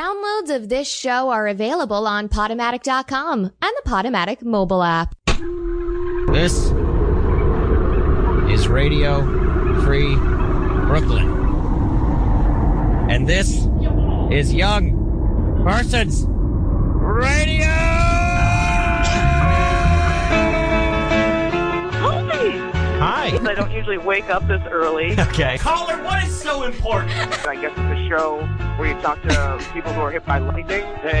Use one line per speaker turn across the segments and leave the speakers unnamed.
Downloads of this show are available on Podomatic.com and the Podomatic mobile app.
This is Radio Free Brooklyn. And this is Young Persons Radio! Hi.
I don't usually wake up this early.
Okay.
Caller, what is so important?
I guess it's a show where you talk to people who are hit by lightning. Hey,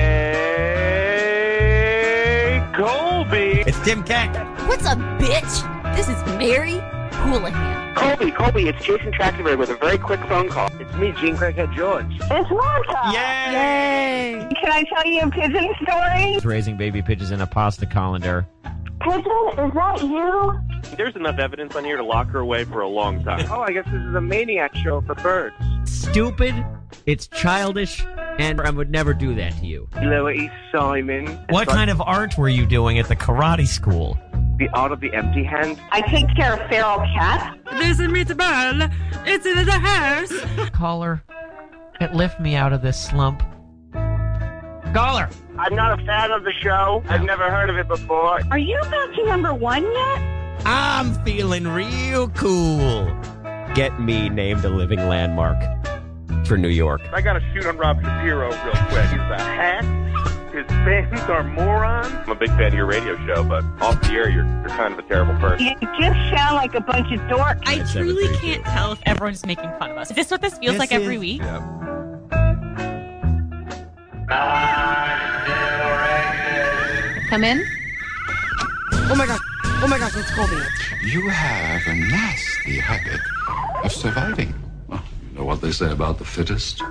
Colby.
It's Tim Keck.
What's up, bitch? This is Mary Houlihan.
Colby, Colby, it's Jason Trachtenberg with a very quick phone call. It's me, Gene Craighead George.
It's Martha.
Yay!
Can I tell you a pigeon story?
It's raising baby pigeons in a pasta colander.
Pigeon, is that you?
There's enough evidence on here to lock her away for a long time.
Oh, I guess this is a maniac show for birds.
Stupid. It's childish. And I would never do that to you.
Louis Simon.
What kind of art were you doing at the karate school?
of the art of the empty hand?
I take care of feral cats.
Caller, it lift me out of this slump. Caller,
I'm not a fan of the show. I've never heard of it before.
Are you about to number one yet?
I'm feeling real cool.
Get me named a living landmark for New York.
I gotta shoot on Rob Shapiro real quick. He's a hack. His fans are morons. I'm a big fan of your radio show, but off the air, you're, you're kind of a terrible person.
You just sound like a bunch of dorks.
I
That's
truly
everything.
can't tell if everyone's making fun of us. Is this what this feels
This
like every
is-
week? Come in.
You have a nasty habit of surviving. Well, you know what they say about the fittest?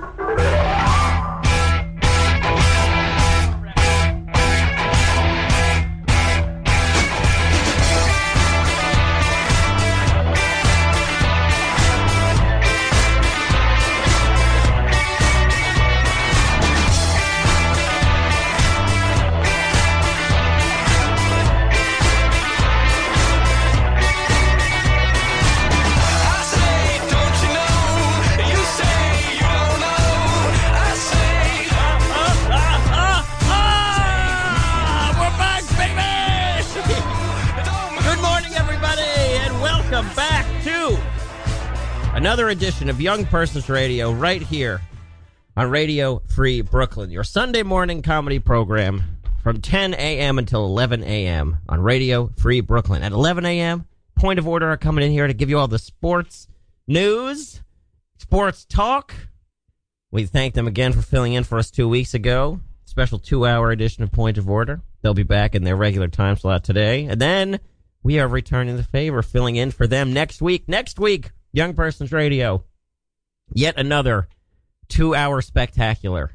Ah, We're back, baby! Good morning, everybody, and welcome back to another edition of Young Persons Radio right here on Radio Free Brooklyn, your Sunday morning comedy program from 10 a.m. until 11 a.m. on Radio Free Brooklyn. At 11 a.m., Point of Order are coming in here to give you all the sports news, sports talk. We thank them again for filling in for us two weeks ago. Special two hour edition of Point of Order. They'll be back in their regular time slot today. And then we are returning the favor, filling in for them next week. Next week, Young Persons Radio. Yet another two hour spectacular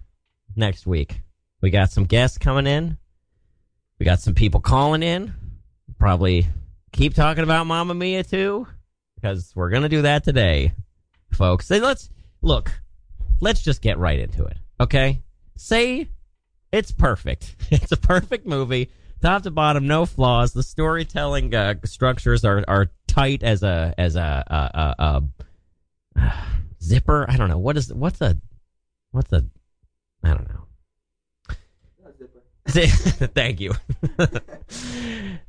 next week. We got some guests coming in. We got some people calling in. Probably keep talking about Mamma Mia too, because we're going to do that today, folks. So let's look let's just get right into it. Okay? Say it's perfect. It's a perfect movie, top to bottom, no flaws. The storytelling uh, structures are, are tight as a as a, a, a, a uh, zipper. I don't know what is what's a what's a I don't know. Thank you.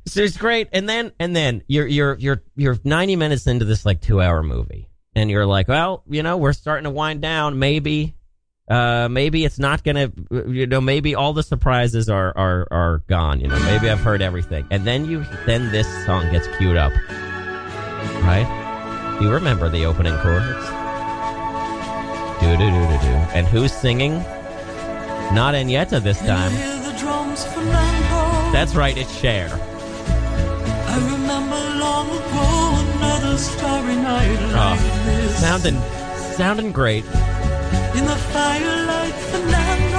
so it's great, and then and then you're you're you're you're 90 minutes into this like two hour movie, and you're like, well, you know, we're starting to wind down. Maybe, uh, maybe it's not gonna, you know, maybe all the surprises are are are gone. You know, maybe I've heard everything, and then you then this song gets queued up, right? You remember the opening chords? Do do do do do, and who's singing? Not Enyeta this time. That's right, it's Cher. Oh, sounding, sounding great.
In the firelight, Fernando.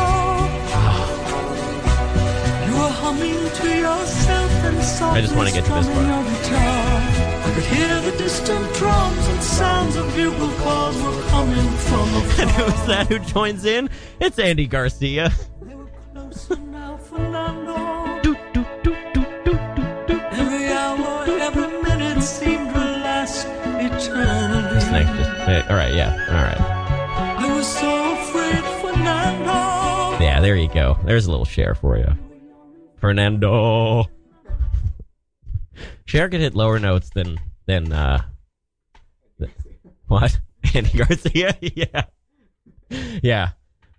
Ah.
You were humming to yourself and
I just wanna get to this
softly strumming your guitar. I could hear the distant drums and sounds of bugle calls were coming from
And
afar.
who's that who joins in? It's Andy Garcia.
They were closer now, Fernando.
Do, do, do, do, do, do, do.
Every hour, every minute seemed to last eternity.
This next, just, all right, yeah, all right.
I was so afraid, Fernando.
Yeah, there you go. There's a little share for you. Fernando. Cher could hit lower notes than than uh th- what? Andy Garcia? yeah. Yeah.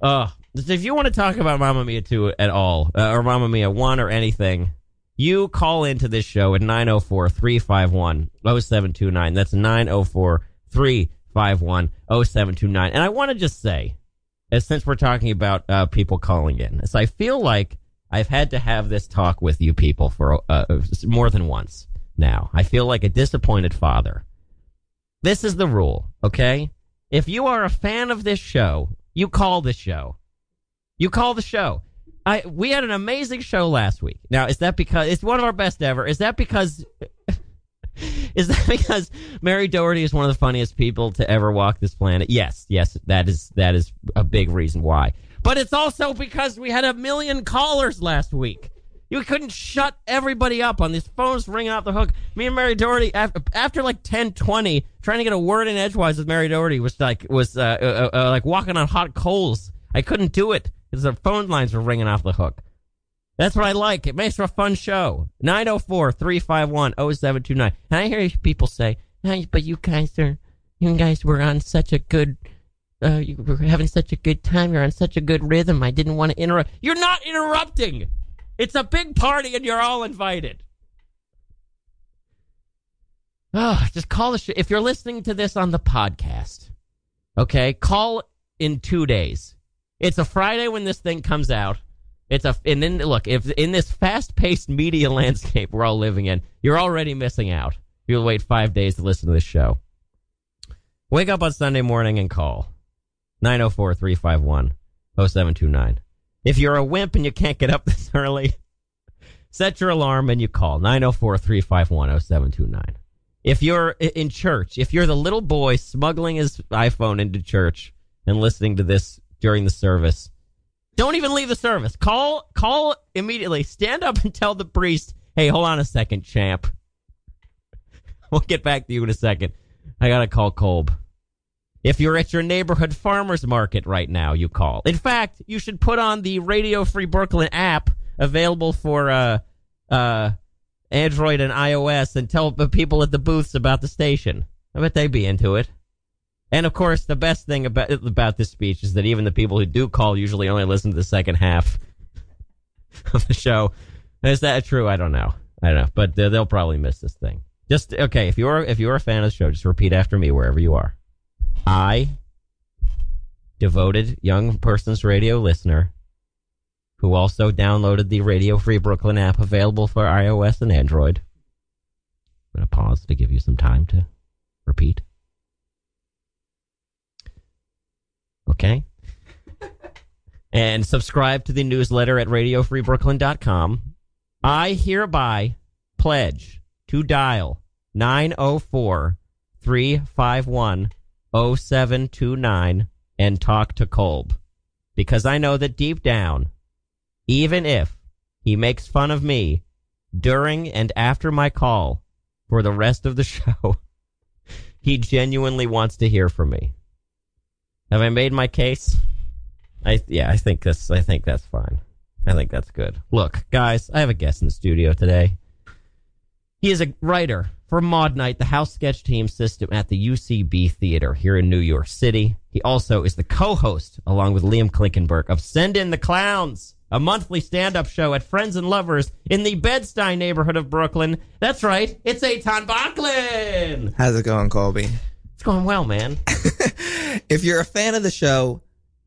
Uh so if you want to talk about Mamma Mia 2 at all, uh, or Mamma Mia 1 or anything, you call into this show at 904 351 0729. That's 904 351 0729. And I want to just say, as since we're talking about uh, people calling in, is I feel like I've had to have this talk with you people for uh, more than once now. I feel like a disappointed father. This is the rule, okay? If you are a fan of this show, you call the show. You call the show. I we had an amazing show last week. Now is that because it's one of our best ever? Is that because is that because Mary Doherty is one of the funniest people to ever walk this planet? Yes, yes, that is that is a big reason why. But it's also because we had a million callers last week. You couldn't shut everybody up on these phones ringing off the hook. Me and Mary Doherty, after, after like 10, 20, trying to get a word in edgewise with Mary Doherty was like was uh, uh, uh, like walking on hot coals. I couldn't do it because the phone lines were ringing off the hook. That's what I like. It makes for a fun show. 904 351 0729. And I hear people say, "Hey, but you guys are, you guys were on such a good, uh, you were having such a good time. You're on such a good rhythm. I didn't want to interrupt. You're not interrupting. It's a big party and you're all invited. Oh, just call the show. If you're listening to this on the podcast, okay, call in two days. It's a Friday when this thing comes out. It's a and then look if in this fast-paced media landscape we're all living in, you're already missing out. You'll wait five days to listen to this show. Wake up on Sunday morning and call 904-351-0729. If you're a wimp and you can't get up this early, set your alarm and you call 904-351-0729. If you're i- in church, if you're the little boy smuggling his iPhone into church and listening to this during the service, don't even leave the service. Call call immediately. Stand up and tell the priest, "Hey, hold on a second, champ. We'll get back to you in a second. I got to call Kolb." If you're at your neighborhood farmers market right now, you call. In fact, you should put on the Radio Free Brooklyn app available for uh uh Android and iOS and tell the people at the booths about the station. I bet they'd be into it. And of course, the best thing about about this speech is that even the people who do call usually only listen to the second half of the show. Is that true? I don't know. I don't know, but uh, they'll probably miss this thing. Just okay. If you're if you're a fan of the show, just repeat after me wherever you are. I, devoted young persons radio listener, who also downloaded the Radio Free Brooklyn app available for iOS and Android. I'm going to pause to give you some time to repeat. Okay. and subscribe to the newsletter at radiofreebrooklyn.com. I hereby pledge to dial 904 351 0729 and talk to Kolb. Because I know that deep down, even if he makes fun of me during and after my call for the rest of the show, he genuinely wants to hear from me. Have I made my case? I yeah, I think this I think that's fine. I think that's good. Look, guys, I have a guest in the studio today. He is a writer for Maud Night, the house sketch team system at the UCB Theater here in New York City. He also is the co-host, along with Liam Klinkenberg, of Send in the Clowns, a monthly stand-up show at Friends and Lovers in the Bed-Stuy neighborhood of Brooklyn. That's right, it's Eitan Bachlin.
How's it going, Colby?
It's going well, man.
If you're a fan of the show,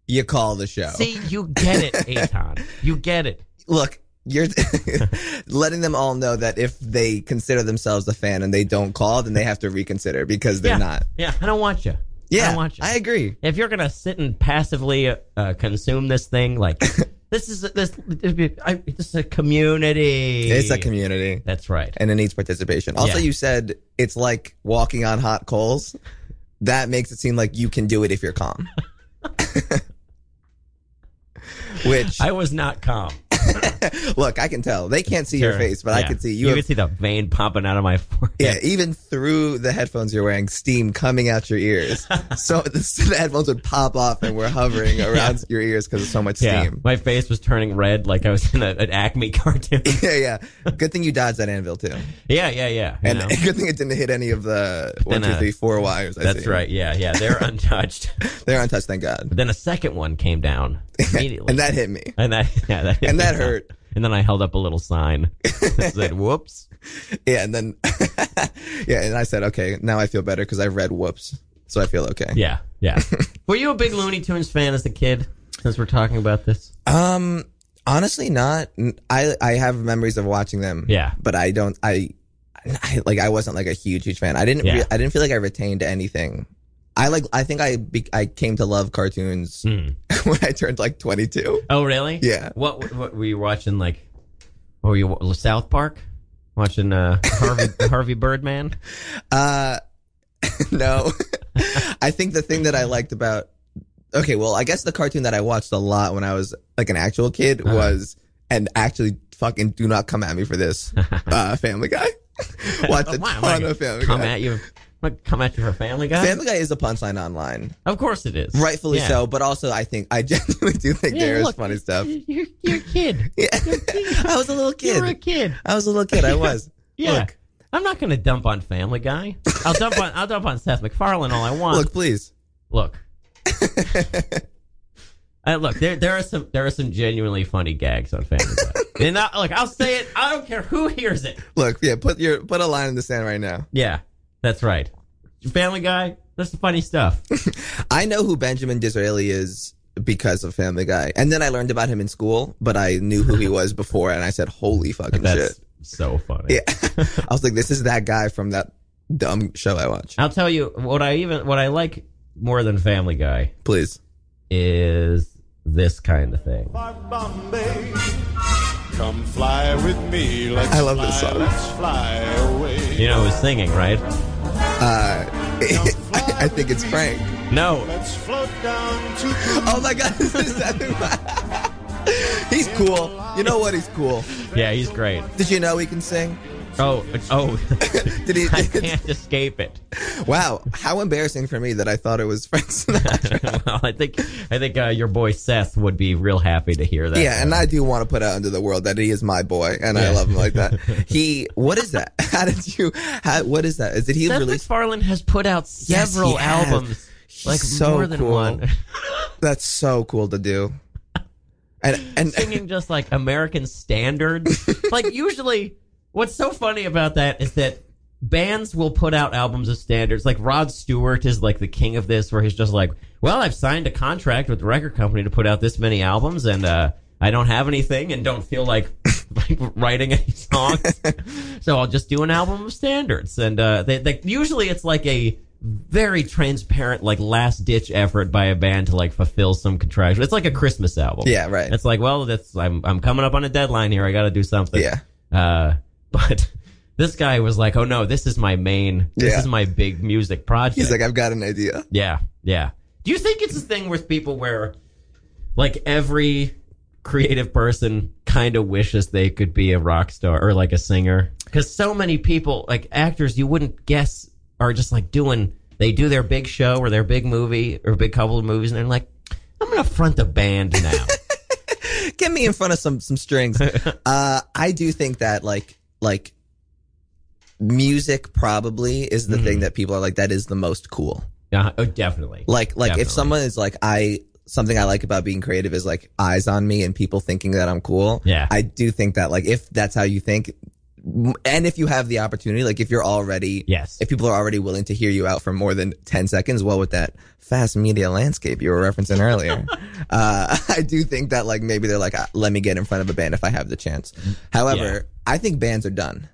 you call the show.
See, you get it, Eitan. You get it.
Look, you're letting them all know that if they consider themselves a fan and they don't call, then they have to reconsider because they're
Yeah.
not.
Yeah, I don't want you. I
Yeah,
don't want you.
I agree.
If you're gonna sit and passively uh, uh, consume this thing, like this is this I, this is a community.
It's a community
That's right.
and it needs participation. Also,
Yeah.
you said it's like walking on hot coals. That makes it seem like you can do it if you're calm. Which
I was not calm.
Look, I can tell. They can't see your
Sure.
face, but I
Yeah.
can see
You
you.
can see the vein popping out of my forehead.
Yeah, even through the headphones you're wearing, steam coming out your ears. so the, the headphones would pop off and we're hovering around your ears because of so much
Yeah,
steam.
my face was turning red like I was in a, an Acme cartoon.
Yeah, yeah. Good thing you dodged that anvil too.
Yeah, yeah, yeah. you
And
know.
good thing it didn't hit any of the
Then,
one, two,
uh,
three, four wires. I
That's
see.
right. Yeah, yeah. They're untouched.
They're untouched, thank God.
But then a second one came down immediately,
And that hit me.
and that yeah, that hit
And
me.
that hurt.
And then I held up a little sign that said "Whoops."
Yeah, and then yeah, and I said, okay, now I feel better because I read whoops, so I feel okay.
Yeah, yeah. Were you a big Looney Tunes fan as a kid? Since we're talking about this,
Um, honestly, not. N- I I have memories of watching them.
Yeah.
but I don't. I, I like I wasn't like a huge huge fan. I didn't.
Yeah.
Re- I didn't feel like I retained anything. I like. I think I be- I came to love cartoons
Mm.
when I turned like twenty two.
oh really?
Yeah.
What, what were you watching? Like, what were you wa- South Park? Watching uh, Harvey Harvey Birdman?
Uh, no. I think the thing that I liked about okay, well, I guess the cartoon that I watched a lot when I was like an actual kid
Uh-huh.
was and actually fucking do not come at me for this. Uh, Family Guy. Watch a
Why am I
ton
gonna
of Family
come
Guy.
at you. I'm gonna come at you for Family Guy.
Family Guy is a punchline online,
of course it is.
rightfully
Yeah.
so. But also, I think I genuinely do think
Yeah,
there is
look,
funny stuff.
You're, you're a kid.
I was a little kid.
You're a kid.
I was a little kid. I was.
Yeah.
Look.
I'm not gonna dump on Family Guy. I'll dump on I'll dump on Seth MacFarlane all I want.
Look, please.
look. Uh, look, there there are some there are some genuinely funny gags on Family Guy. and I, look, I'll say it. I don't care who hears it.
Look, yeah. Put your put a line in the sand right now.
Yeah, that's right. Family Guy. That's the funny stuff.
I know who Benjamin Disraeli is because of Family Guy. And then I learned about him in school, but I knew who he was before and I said, holy fucking
That's
shit.
so funny.
Yeah. I was like, this is that guy from that dumb show I watch.
I'll tell you what I even what I like more than Family Guy
Please.
is this kind of thing.
Come fly with me. Let's
I love this
fly,
song.
Let's fly away.
You know who's singing, right?
Uh, I, I think it's Frank.
No,
Let's float down to
Oh my God. this is Seth MacFarlane. he's cool. You know what? He's cool.
Yeah, he's great.
Did you know he can sing?
Oh, oh,
Did he?
I can't escape it.
wow. How embarrassing for me that I thought it was Frank Sinatra.
well, I think I think uh, your boy Seth would be real happy to hear that.
Yeah, and I do want to put out into the world that he is my boy, and
Yeah.
I love him like that. He, what is that? How did you? How, what is that? Is it he
Seth
released?
MacFarlane has put out
Yes, he
several
has.
albums,
He's
like
so
more than
cool.
one,
That's so cool to do. And and
singing just like American standards. like usually, what's so funny about that is that bands will put out albums of standards. Like Rod Stewart is like the king of this, where he's just like, "Well, I've signed a contract with the record company to put out this many albums, and uh, I don't have anything, and don't feel like." like writing any songs so i'll just do an album of standards and uh they, they usually it's like a very transparent like last ditch effort by a band to like fulfill some contractual it's like a christmas album
yeah, right.
it's like, well, that's I'm I'm coming up on a deadline here. I got to do something.
Yeah.
Uh, but this guy was like, oh no, this is my main. This
Yeah.
is my big music project.
He's like, I've got an idea.
yeah, yeah. Do you think it's a thing with people where, like, every creative person kind of wishes they could be a rock star or like a singer? Because so many people, like actors, you wouldn't guess are just like doing. They do their big show or their big movie or big couple of movies, and they're like, I'm gonna front a band now.
Get me in front of some some strings. uh, I do think that like like music probably is the
Mm-hmm.
thing that people are like that is the most cool.
Yeah, oh, definitely.
Like like if
Definitely.
someone is like I something I like about being creative is like eyes on me and people thinking that I'm cool.
Yeah.
I do think that like if that's how you think m- and if you have the opportunity like if you're already
yes.
if people are already willing to hear you out for more than 10 seconds well with that fast media landscape you were referencing earlier uh, i do think that like maybe they're like "Ah, let me get in front of a band if i have the chance however
Mm-hmm. Yeah.
i think bands are done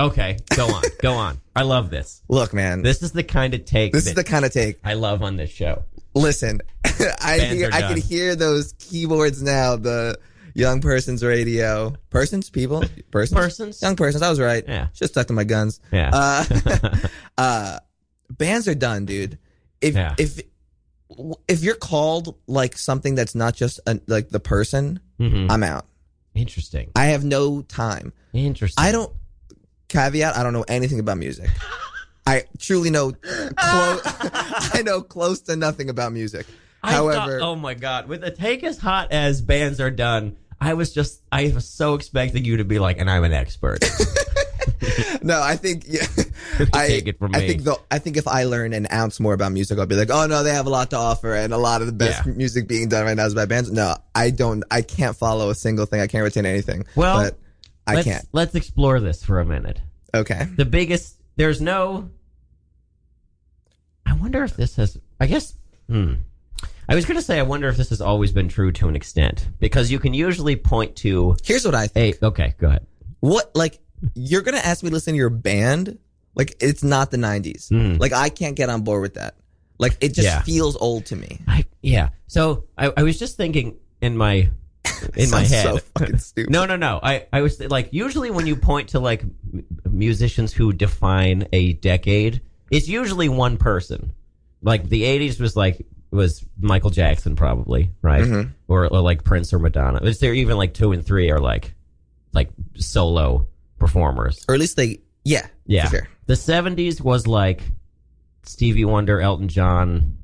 okay. Go on. go on. I love this.
look man this,
This is the kind of take
is
that
the kind of take
I love on this show.
listen i
Bands
hear,
are
i can
done.
hear those keyboards now the young person's radio persons people persons
Persons.
young persons i was right
Yeah.
just stuck to my guns
Yeah.
Uh, uh, bands are done, dude. If
Yeah.
if if you're called like something that's not just a, like the person,
Mhm.
I'm out.
Interesting.
I have no time.
Interesting.
I don't caveat. I don't know anything about music. I truly know. Clo- I know close to nothing about music.
I
However,
thought- oh my god, with the take as hot as bands are done, I was just I was so expecting you to be like, and I'm an expert.
no, I think yeah, I
Take it from
I
me.
think the, I think if I learn an ounce more about music, I'll be like, oh no, they have a lot to offer, and a lot of the best music being done right now is by bands. No, I don't. I can't follow a single thing. I can't retain anything.
Well,
but I
let's,
can't.
Let's explore this for a minute.
Okay.
The biggest there's no I wonder if this has I guess hmm. I was gonna say I wonder if this has always been true to an extent. Because you can usually point to
Here's what I think.
okay, go ahead.
What like you're gonna ask me to listen to your band? Like it's not the '90s. Like I can't get on board with that. Like it just
Hmm. Yeah.
feels old to me.
I yeah. So I, I was just thinking in my in my
Sounds
head.
so fucking stupid.
No, no, no. I I was like usually when you point to like m- musicians who define a decade, it's usually one person. Like the '80s was like was Michael Jackson probably right,
Mhm.
or, or like Prince or Madonna. Is there even like two and three are like like solo performers?
Or at least they yeah
Yeah.
for sure.
The seventies was like Stevie Wonder, Elton John,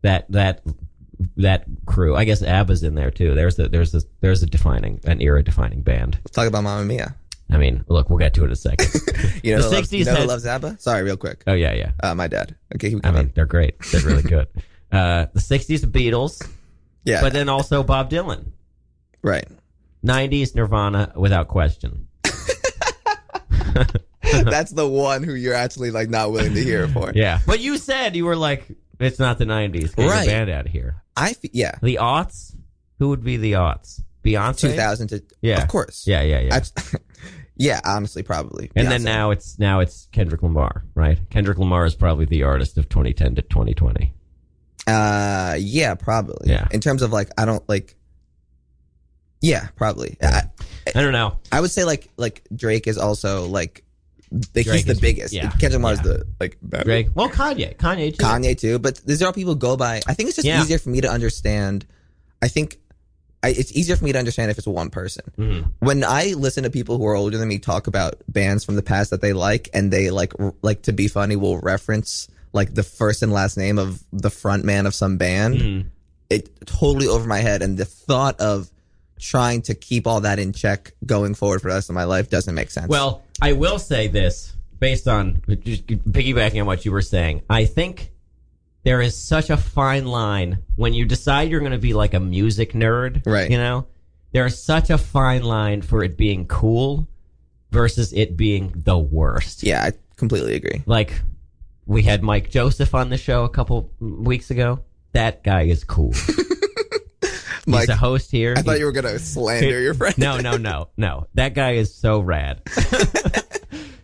that that that crew. I guess ABBA's in there too. There's the there's the there's a defining an era defining band.
Let's talk about Mamma Mia.
I mean, look, we'll get to it in a second.
You know,
The
who loves,
60s
you know who
had-
loves ABBA? Sorry, real quick.
oh yeah, yeah.
Uh, my dad. Okay, keep
I
going.
mean, they're great. They're really good. Uh, the sixties Beatles,
yeah,
but then also Bob Dylan.
right.
Nineties Nirvana, without question.
That's the one who you're actually like not willing to hear it for.
Yeah, but you said you were like, it's not the nineties. Get
Right.
your band out of here.
I fe- yeah,
The aughts. Who would be the aughts? Beyonce.
2000 to
Yeah.
of course.
Yeah, yeah, yeah.
I- yeah, honestly, probably.
and then
Beyonce.
now it's now it's Kendrick Lamar, right? Kendrick Lamar is probably the artist of 2010 to 2020.
uh, yeah, probably.
Yeah.
In terms of like, I don't like. Yeah, probably.
I don't know.
I, I would say like like Drake is also like, like
Drake
he's the
is-
biggest.
yeah,
Kendrick Lamar is
yeah.
the like better.
Drake. Well, Kanye. Kanye. Too.
Uh, Kanye too, but these are all people go by. I think it's just
Yeah.
easier for me to understand. I think I, it's easier for me to understand if it's one person.
Mhm.
When I listen to people who are older than me talk about bands from the past that they like, and they like r- like to be funny will reference like the first and last name of the front man of some band,
Mhm.
it totally over my head. And the thought of trying to keep all that in check going forward for the rest of my life doesn't make sense.
Well, I will say this based on just piggybacking on what you were saying. I think there is such a fine line when you decide you're going to be like a music nerd,
Right.
You know, there's such a fine line for it being cool versus it being the worst.
yeah, I completely agree.
like we had Mike Joseph on the show a couple weeks ago. That guy is cool.
Mike,
He's a host here.
I thought you were gonna slander your friend.
No, no, no, no. That guy is so rad.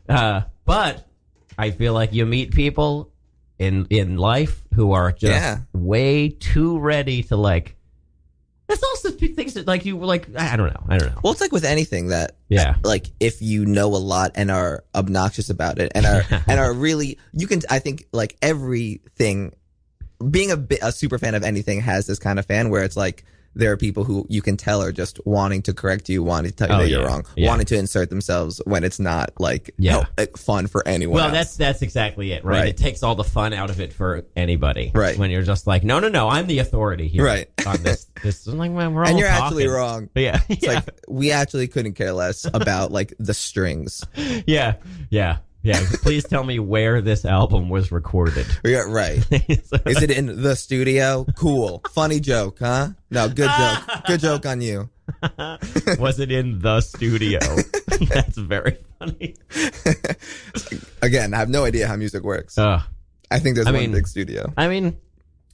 uh, but I feel like you meet people in in life who are just
Yeah.
way too ready to like. That's also things that like you like. I I don't know. I don't know.
Well, it's like with anything that
Yeah.
like if you know a lot and are obnoxious about it and are and are really you can I think like everything being a bi- a super fan of anything has this kind of fan where it's like there are people who you can tell are just wanting to correct you, wanting to tell you
Oh,
that you're
yeah.
wrong,
Yeah.
wanting to insert themselves when it's not like
Yeah.
help- like, fun for anyone.
Well,
else.
that's that's exactly it, right?
Right.
It takes all the fun out of it for anybody,
Right.
When you're just like, no, no, no, I'm the authority here,
Right.
On this, this I'm like, man, we're all
and you're
talking.
actually wrong.
Yeah,
It's
yeah,
like we actually couldn't care less about like the strings.
yeah, yeah, yeah. Please tell me where this album was recorded.
We got- right. Is it in the studio? Cool. Funny joke, huh? No, good joke. Good joke on you.
was it in the studio? That's very funny.
Again, I have no idea how music works.
Uh,
I think there's
I
one
mean-
big studio.
I mean,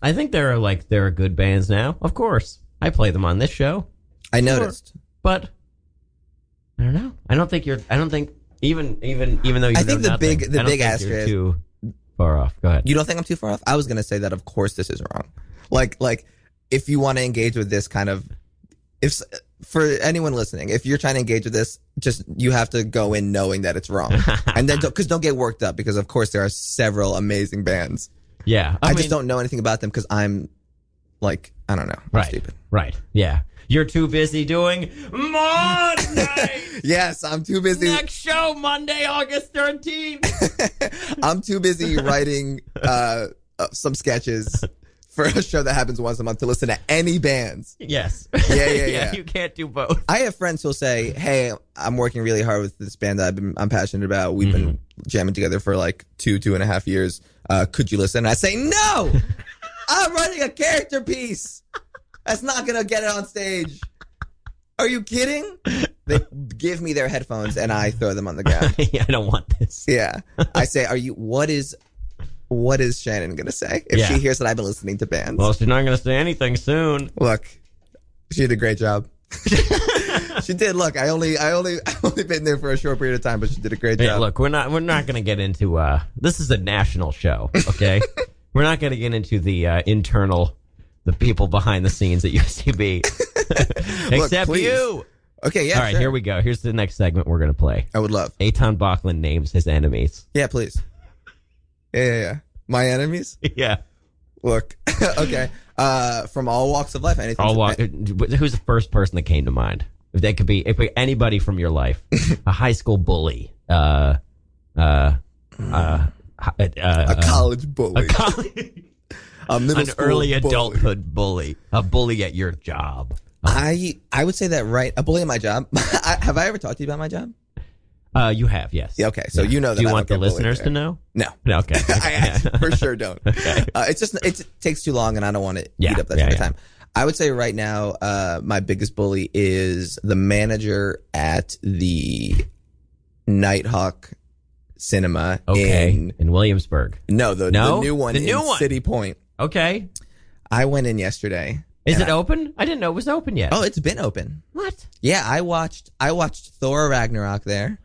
I think there are like there are good bands now. Of course, I play them on this show.
I noticed.
but I don't know. I don't think you're. I don't think even even even though you
I
know
think the
nothing,
big- the
I don't
big
think
asterisk-
you're too far off. Go ahead.
You don't think I'm too far off? I was gonna say that. Of course, this is wrong. Like, like if you want to engage with this kind of, if s- for anyone listening, if you're trying to engage with this, just you have to go in knowing that it's wrong, and then because don't, get worked up because of course there are several amazing bands.
yeah, I,
I,
mean,
just don't know anything about them because I'm like I don't know. I'm
Right.
Stupid.
Right. Yeah. You're too busy doing Monday.
yes, I'm too busy.
Next show Monday, August 13th.
I'm too busy writing uh, uh, some sketches for a show that happens once a month to listen to any bands.
Yes.
Yeah, yeah, yeah.
You can't do both.
I have friends who'll say, "Hey, I'm working really hard with this band that I've been, I'm passionate about. We've been jamming together for like two, two and a half years. Uh, could you listen?" And I say, "No, I'm writing a character piece. That's not gonna get it on stage. Are you kidding?" They give me their headphones and I throw them on the ground.
yeah, I don't want this.
Yeah, I say, "Are you? What is?" What is Shannon gonna say if
Yeah.
she hears that I've been listening to bands?
Well, she's not going to say anything soon.
Look, she did a great job. she did. Look, I only, I only, I only been there for a short period of time, but she did a great
Hey,
job.
look, we're not we're not going to get into uh this is a national show, okay? we're not going to get into the uh, internal the people behind the scenes at UCB. Except
please.
you.
Okay, yeah.
All right,
sure.
here we go. Here's the next segment we're going to play.
I would love.
Aton Bachman names his enemies.
Yeah, please. Yeah, yeah, yeah. My enemies.
Yeah.
Look, okay. Uh, from all walks of life, anything.
I'll walk, who's the first person that came to mind? If that could be if anybody from your life, a high school bully, uh, uh, uh, hi- uh,
a college bully,
a college,
a middle
an
school
early
bully.
adulthood bully, a bully at your job.
I, I would say that right. A bully at my job. I, have I ever talked to you about my job?
Uh, you have, yes.
Yeah, okay. So you know that.
Do you
I
want the
don't get bullied
listeners
there.
to know?
No.
No, okay.
I, I for sure don't. Uh, it's just it takes too long, and I don't want to
Yeah,
eat up that
yeah,
sort of
yeah.
time. I would say right now, uh, my biggest bully is the manager at the Nighthawk Cinema.
Okay.
in-
In Williamsburg.
no, the,
No?
the new one.
The new
in
one.
City Point.
Okay.
I went in yesterday.
Is
and
it
I-
open? I didn't know it was open yet.
Oh, it's been open.
What?
Yeah, I watched. I watched Thor Ragnarok there,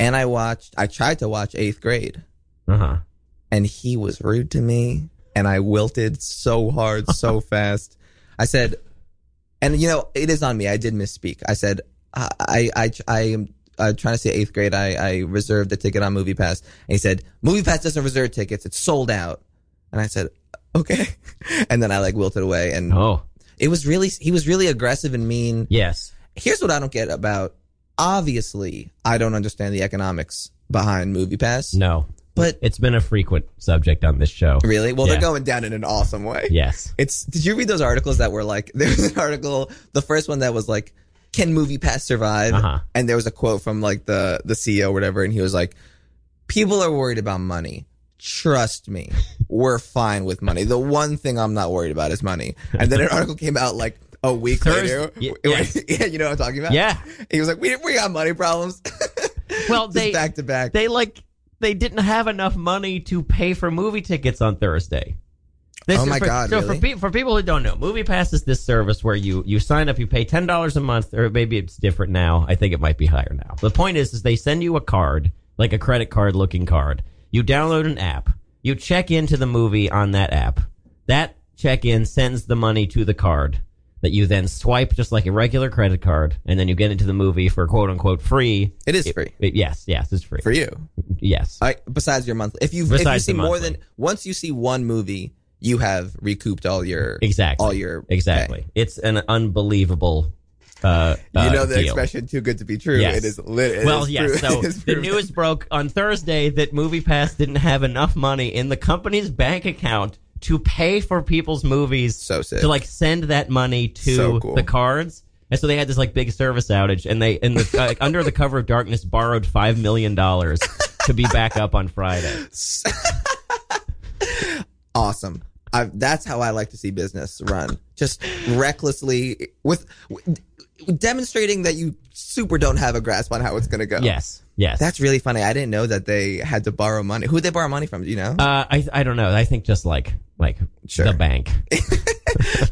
and I watched. I tried to watch Eighth Grade.
Uh huh.
and he was rude to me and I wilted so hard so fast. I said, and you know, it is on me. I did misspeak. I said, I, I, I, I am uh, trying to say eighth grade. I, I reserved a ticket on Movie Pass. And he said, Movie Pass doesn't reserve tickets. It's sold out. And I said, okay. And then I like wilted away and
Oh,
it was really, he was really aggressive and mean.
yes.
Here's what I don't get about, obviously, I don't understand the economics behind Movie Pass,
No.
but
It's been a frequent subject on this show.
Really? Well,
Yeah.
they're going down in an awesome way.
Yes.
It's. Did you read those articles that were like? There was an article, the first one that was like, "Can Movie Pass survive?"
Uh-huh.
And there was a quote from like the the CEO or whatever, and he was like, "People are worried about money. Trust me, we're fine with money. The one thing I'm not worried about is money." And then an article came out like a week
Thurs-
later.
y-
yeah, you know what I'm talking about.
Yeah.
He was like, "We we got money problems."
Well,
Just
they
back to back.
they like they didn't have enough money to pay for movie tickets on Thursday. This
Oh
is
my
for,
God,
So for,
really?
pe- for people who don't know, Movie Pass is this service where you you sign up, you pay ten dollars a month, or maybe it's different now. I think it might be higher now. The point is, is they send you a card, like a credit card looking card. You download an app, you check into the movie on that app. That check in sends the money to the card that you then swipe just like a regular credit card, and then you get into the movie for quote unquote free.
it is free
But yes, yes, it's free.
for you.
Yes.
I, besides your monthly, if you if you
Besides
see
the
more
monthly.
than once you see one movie, you have recouped all your
Exactly.
all your pay.
exactly. It's an unbelievable. Uh,
You
uh,
know the
deal.
expression "too good to be true."
Yes.
It is lit. it
well,
is
yes.
true.
So
It is
the
true.
news broke on Thursday that MoviePass didn't have enough money in the company's bank account to pay for people's movies.
So sick.
To like send that money to
So cool.
the cards. And so they had this like big service outage, and they and the, uh, under the cover of darkness borrowed five million dollars to be back up on Friday.
awesome. I, that's how I like to see business run, just recklessly with, with demonstrating that you super don't have a grasp on how it's going to go.
Yes, yes.
that's really funny. I didn't know that they had to borrow money. Who would they borrow money from? Do you know?
Uh, I I don't know. I think just like like
Sure.
the bank.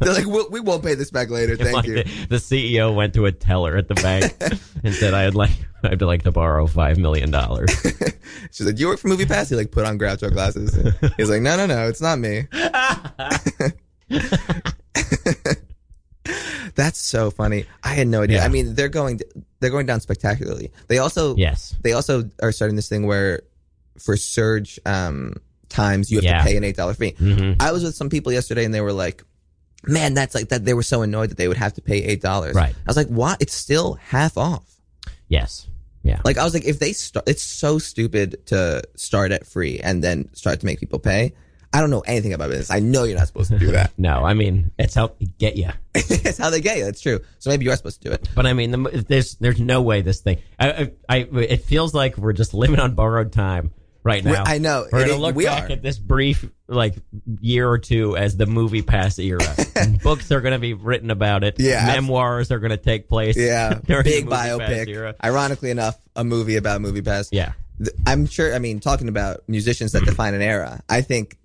They're like, we'll, we won't pay this back later. Thank
Like,
you.
The, the CEO went to a teller at the bank and said, "I'd like I'd like to borrow five million dollars."
She's like, "Do you work for Movie Pass?" He like put on Groucho glasses. He's like, "No, no, no, it's not me." That's so funny. I had no idea.
Yeah.
I mean, they're going they're going down spectacularly. They also
yes.
they also are starting this thing where for surge um, times you have
Yeah.
to pay an eight dollar fee.
hmm
I was with some people yesterday and they were like, man, that's like that. They were so annoyed that they would have to pay eight dollars.
Right.
I was like, what? It's still half off.
Yes. Yeah.
Like I was like, if they start, it's so stupid to start at free and then start to make people pay. I don't know anything about business. I know you're not supposed to do that.
no, I mean it's how they get you.
That's how they get you. That's true. So maybe you are supposed to do it.
But I mean, the, mo- there's there's no way this thing. I, I, I it feels like we're just living on borrowed time right
We-
now.
I know.
We're
It
gonna
is-
look
we
back
are.
at this brief like year or two as the movie pass era. Books are going to be written about it.
Yeah.
memoirs are going to take place.
Yeah,
during
big
the movie pass
biopic.
era.
Ironically enough, a movie about movie pass.
Yeah,
I'm sure. I mean, talking about musicians that define an era, I think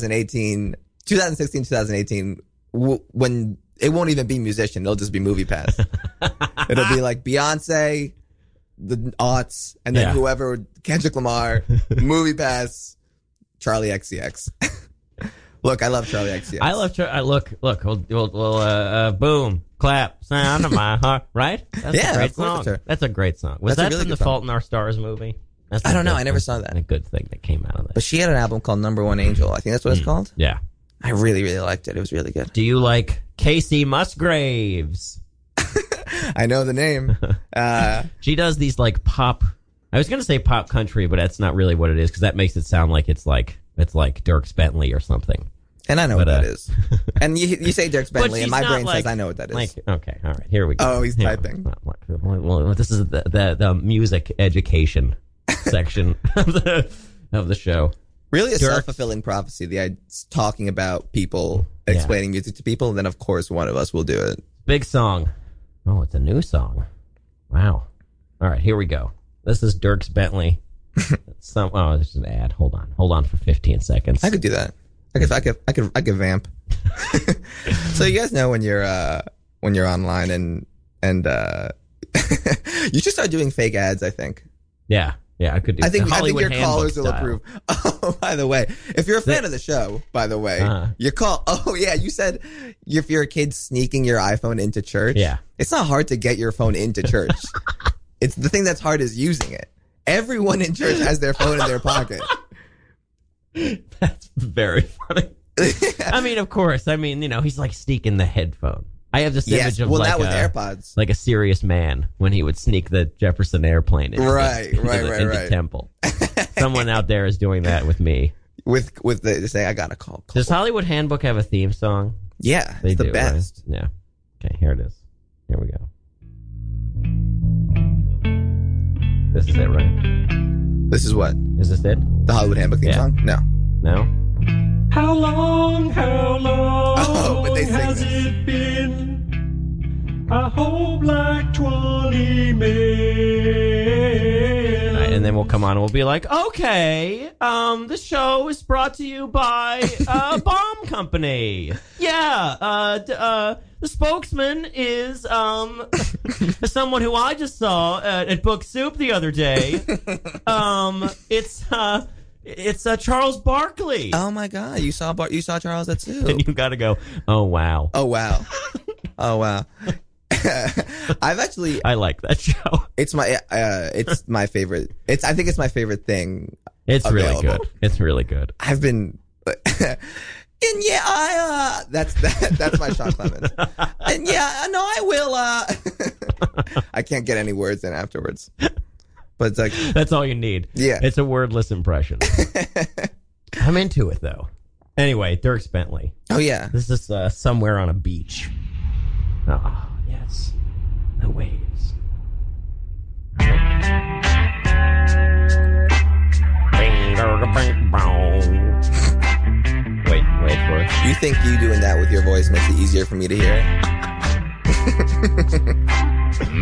2018, 2016, 2018, w- when it won't even be musician, it'll just be movie pass. It'll be like Beyonce, the aughts, and then
Yeah.
whoever Kendrick Lamar, movie pass, Charlie XCX. Look, I love Charlie XCX.
I love. Tra- I look, look. We'll, we'll, we'll uh, uh, boom, clap, sound of my heart. Right? That's
Yeah,
a great
of course
song.
it's her.
That's a great song. Was
That's a
that
really
from the
good song.
Fault in Our Stars movie? That's
I
a
don't know.
good
I never
thing.
saw that.
A good thing that came out of that.
But she had an album called Number One Angel. I think that's
Hmm.
what it's called.
Yeah.
I really, really liked it. It was really good.
Do you like Casey Musgraves?
I know the name. Uh,
She does these like pop. I was gonna say pop country, but that's not really what it is because that makes it sound like it's like it's like Dirks Bentley or something.
and I know
But,
what that
uh,
is. And you, you say Dirk
But
Bentley,
she's
and my
not
brain
like-
says I know what that is.
Like okay, all right, here we go.
Oh, he's
Here we
typing.
go. Well, well, well, this is the the, the music education section of the of the show.
really a
Dirk-
self fulfilling prophecy. The I, talking about people explaining music to people, and then of course one of us will do it.
Big song. Oh, it's a new song. Wow. All right, here we go. This is Dirks Bentley. Some oh, there's an ad. Hold on, hold on for 15 seconds.
I could do that. I could. I could. I could. I could vamp. so you guys know when you're uh, when you're online and and uh, you should start doing fake ads. I think.
Yeah, yeah, I could do.
I think,
the
I think
Hollywood
your callers will
Handbook style.
approve. Oh, by the way, if you're a fan of the show, by the way,
Uh-huh.
your call. Oh yeah, you said if you're a kid sneaking your iPhone into church.
Yeah.
it's not hard to get your phone into church. it's the thing that's hard is using it. Everyone in church has their phone in their pocket.
That's very funny. I mean, of course. I mean, you know, he's like sneaking the headphone. I have this
yes,
image of
well,
like
not with
a,
AirPods.
like a serious man when he would sneak the Jefferson airplane into
Right,
the, into
right,
the-
right,
into
right.
temple. Someone out there is doing that with me.
With with the say, I got a call.
Does Hollywood Handbook have a theme song?
Yeah,
They
it's the
do, right?
best.
Yeah. Okay, here it is. Here we go. This is it, right?
This is what
Is this it?
the Hollywood Handbook theme
Yeah.
song. No,
No.
How long, how long
Oh, but they sing
has
this.
it been? I hope like 20 men.
All right, and then we'll come on and we'll be like, okay, um, the show is brought to you by uh, Bomb Company. Yeah, uh, d- uh, the spokesman is um, someone who I just saw at, at Book Soup the other day. Um, it's uh, it's uh, Charles Barkley.
Oh my God, you saw Bar- you saw Charles at too.
And you gotta go, oh wow.
Oh wow. oh wow. I've actually
I like that show.
it's my uh it's my favorite. It's I think it's my favorite thing.
It's really
Available.
good. It's really good.
I've been And yeah, I uh that's that, that's my Sean Clemens. and yeah, no, I will uh I can't get any words in afterwards. But it's like
That's all you need.
Yeah.
It's a wordless impression. I'm into it though. Anyway, Dirk Bentley.
oh yeah.
This is uh, somewhere on a beach. Oh, yes. The waves. Wait, wait for it.
You think you doing that with your voice makes it easier for me to hear it?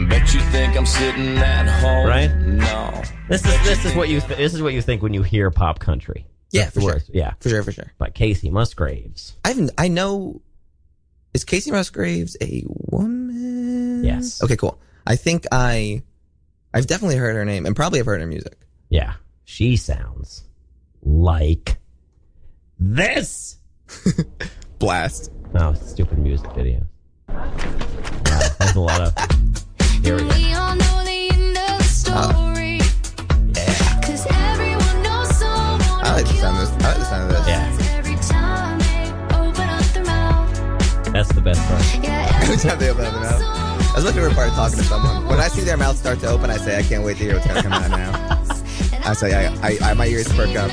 Bet you think I'm sitting at home.
Right?
No.
This is this is what you th- this is what you think when you hear pop country.
Yeah,
That's
for
the
sure.
worst. Yeah,
For sure, for sure.
by Casey Musgraves.
I've I know is Casey Musgraves a woman?
Yes.
Okay, cool. I think I I've definitely heard her name and probably have heard her music.
Yeah, she sounds like this.
Blast.
Oh, stupid music video. Wow, that's a lot of. Here we go.
We all know the end of the story.
Yeah.
Cause everyone knows someone
I like the sound of this. I like the sound of this.
Yeah,
every time they open up their mouth.
that's
every time they open up their mouth. That's my favorite part of talking to someone. When I see their mouth start to open, I say, I can't wait to hear what's gonna come out now. I say, I, I, I my ears perk up.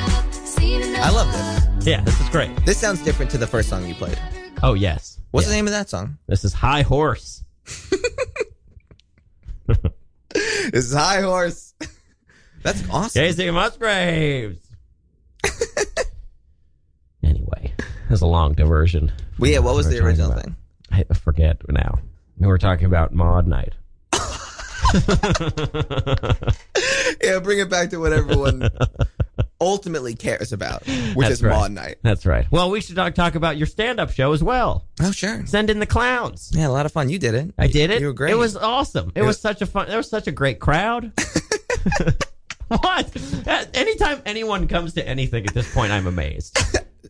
I love this.
Yeah, this is great.
This sounds different to the first song you played.
Oh yes.
What's the name of that song?
This is High Horse.
This is High Horse. That's awesome.
Casey Musgraves. anyway, that's a long diversion.
Well, yeah, what was
We're
the
talking
original
about-
thing?
I forget now. We were talking about Maud Night.
Yeah, bring it back to what everyone ultimately cares about, which
That's
is
right.
Maud Night.
That's right. Well, we should talk, talk about your stand up show as well.
Oh, sure.
Send in the clowns.
Yeah, a lot of fun. You did it.
I did it.
You were great.
It was awesome. It,
It
was,
was-
such a fun. There was such a great crowd. what? Uh, Anytime anyone comes to anything at this point, I'm amazed.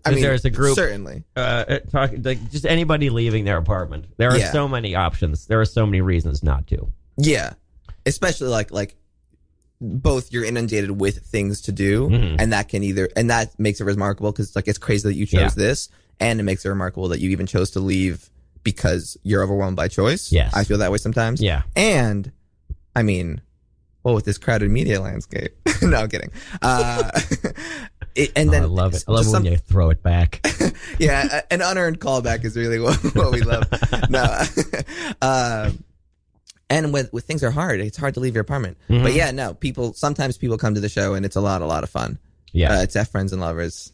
I
That
mean,
there's a group.
certainly.
Uh, uh, talk, like just anybody leaving their apartment. There are
Yeah.
so many options. There are so many reasons not to.
Yeah, especially like like both you're inundated with things to do,
Mm-hmm.
and that can either and that makes it remarkable because like it's crazy that you chose
Yeah.
this, and it makes it remarkable that you even chose to leave because you're overwhelmed by choice.
Yes.
I feel that way sometimes.
Yeah.
and I mean, well, with this crowded media landscape, no, I'm kidding. Uh, it, and then
Oh, I love it. I love
just
it when
some-
you throw it back.
yeah, a- an unearned callback is really what, what we love. no, um, and with with things are hard, it's hard to leave your apartment.
Mhm.
But yeah, no, people sometimes people come to the show and it's a lot, a lot of fun.
Yeah.
uh, it's at friends and lovers.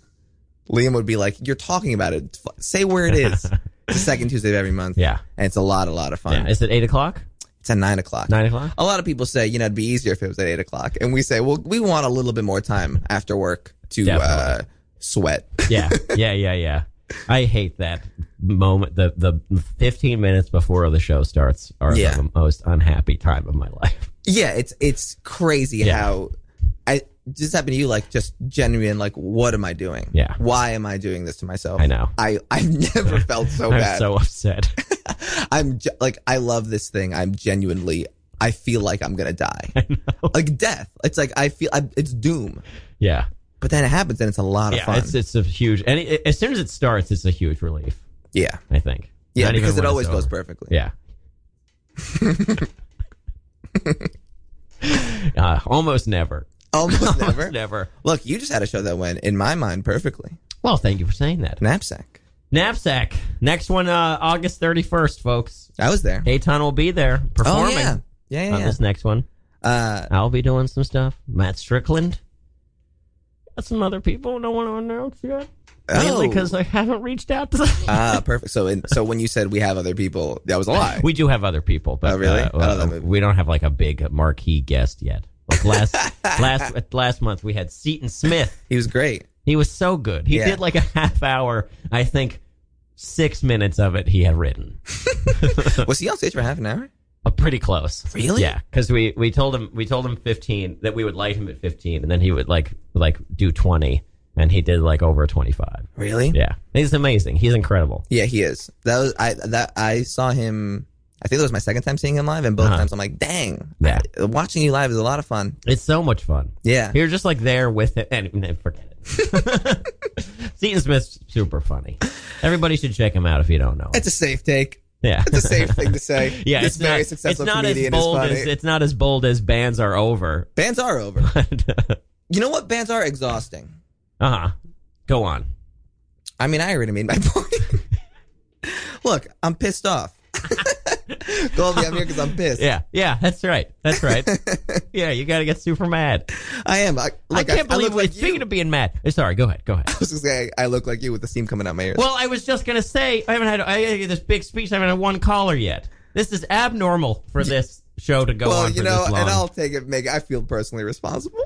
Liam would be like, "You're talking about it. F- Say where it is." it's the second Tuesday of every month.
Yeah.
and it's a lot, a lot of fun.
yeah. Is it eight o'clock?
it's at nine o'clock.
Nine o'clock?
A lot of people say, you know, it'd be easier if it was at eight o'clock, and we say, well, we want a little bit more time after work to uh,
Definitely.
sweat.
Yeah. Yeah. Yeah. Yeah. I hate that moment. The the 15 minutes before the show starts are
Yeah.
the most unhappy time of my life.
Yeah, it's it's crazy
Yeah.
how I just happened to you like just genuine like what am I doing?
Yeah.
Why am I doing this to myself?
I know.
I I've never felt so
I'm
Oh, bad.
so upset.
I'm ge- like I love this thing. I'm genuinely I feel like I'm going to die. Like death. It's like I feel I, it's doom.
Yeah.
But then it happens and it's a lot of
Yeah.
fun.
It's it's a huge. And it, as soon as it starts, it's a huge relief.
yeah.
I think.
Yeah,
Not even
because
when
it
it's
always goes
over.
perfectly.
Yeah. uh, almost never.
Almost never.
Almost never.
Look, you just had a show that went in my mind perfectly.
Well, thank you for saying that.
Knapsack.
Knapsack. Next one, uh, August 31st, folks.
I was there.
Aton will be there
Oh
performing
yeah. Yeah, yeah.
on
yeah.
this next one.
Uh,
I'll be doing some stuff. Matt Strickland. Got some other people I don't want to announce yet. Mainly
Oh.
because I haven't reached out to them.
Ah, perfect. So, in, so when you said we have other people, that was a lie.
We do have other people, but
Oh, really?
uh,
I love that
uh,
movie.
we don't have like a big marquee guest yet. Like last last last month we had Seton Smith.
He was great.
He was so good. He
Yeah.
did like a half hour. I think six minutes of it he had written.
Was he on stage for half an hour?
Uh, pretty close.
Really?
Yeah, because we we told him we told him fifteen that we would light him at fifteen, and then he would like like do twenty, and he did like over twenty five.
Really? Yeah.
Yeah, he's amazing. He's incredible.
he is. That was I. That I saw him. I think that was my second time seeing him live, and both
Uh-huh.
times I'm like, dang.
Yeah.
I- watching you live is a lot of fun.
It's so much fun.
Yeah.
You're just like there with it, and, and forget it. Seton Smith's super funny. Everybody should check him out if you don't know. him.
It's a safe take.
yeah,
It's a safe thing to say.
yeah,
this
it's
very
not,
successful
it's not as
comedian
bold
is funny.
as it's not as bold as bands are over.
bands are over.
uh
You know what? Bands are exhausting.
huh. Go on.
I mean, I already made my point. Look, I'm pissed off. Goldie, I'm here because I'm pissed.
Yeah, yeah, that's right. That's right. yeah, you got to get super mad.
I am. I,
I
look,
can't
I,
believe
look
we're
like
speaking
you.
of being mad. eh, Sorry, go ahead. Go ahead.
I was gonna say I look like you with the steam coming out my ears.
Well, I was just gonna say I haven't had I gotta get this big speech. I haven't had one caller yet. This is abnormal for this show to go
well,
on for
you know,
this long.
and I'll take it. Make I feel personally responsible.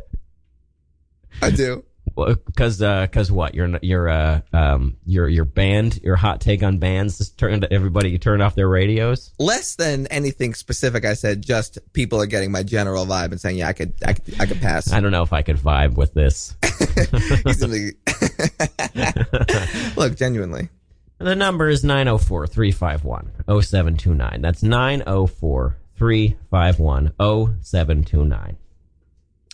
I do.
because because uh, what your your uh um your your band your hot take on bands just turned everybody turned off their radios.
Less than anything specific, I said. Just people are getting my general vibe and saying, "Yeah, I could, I could, I could pass."
I don't know if I could vibe with this.
He's in the- look, genuinely,
The number is 904 351 0729. That's 904 351 0729.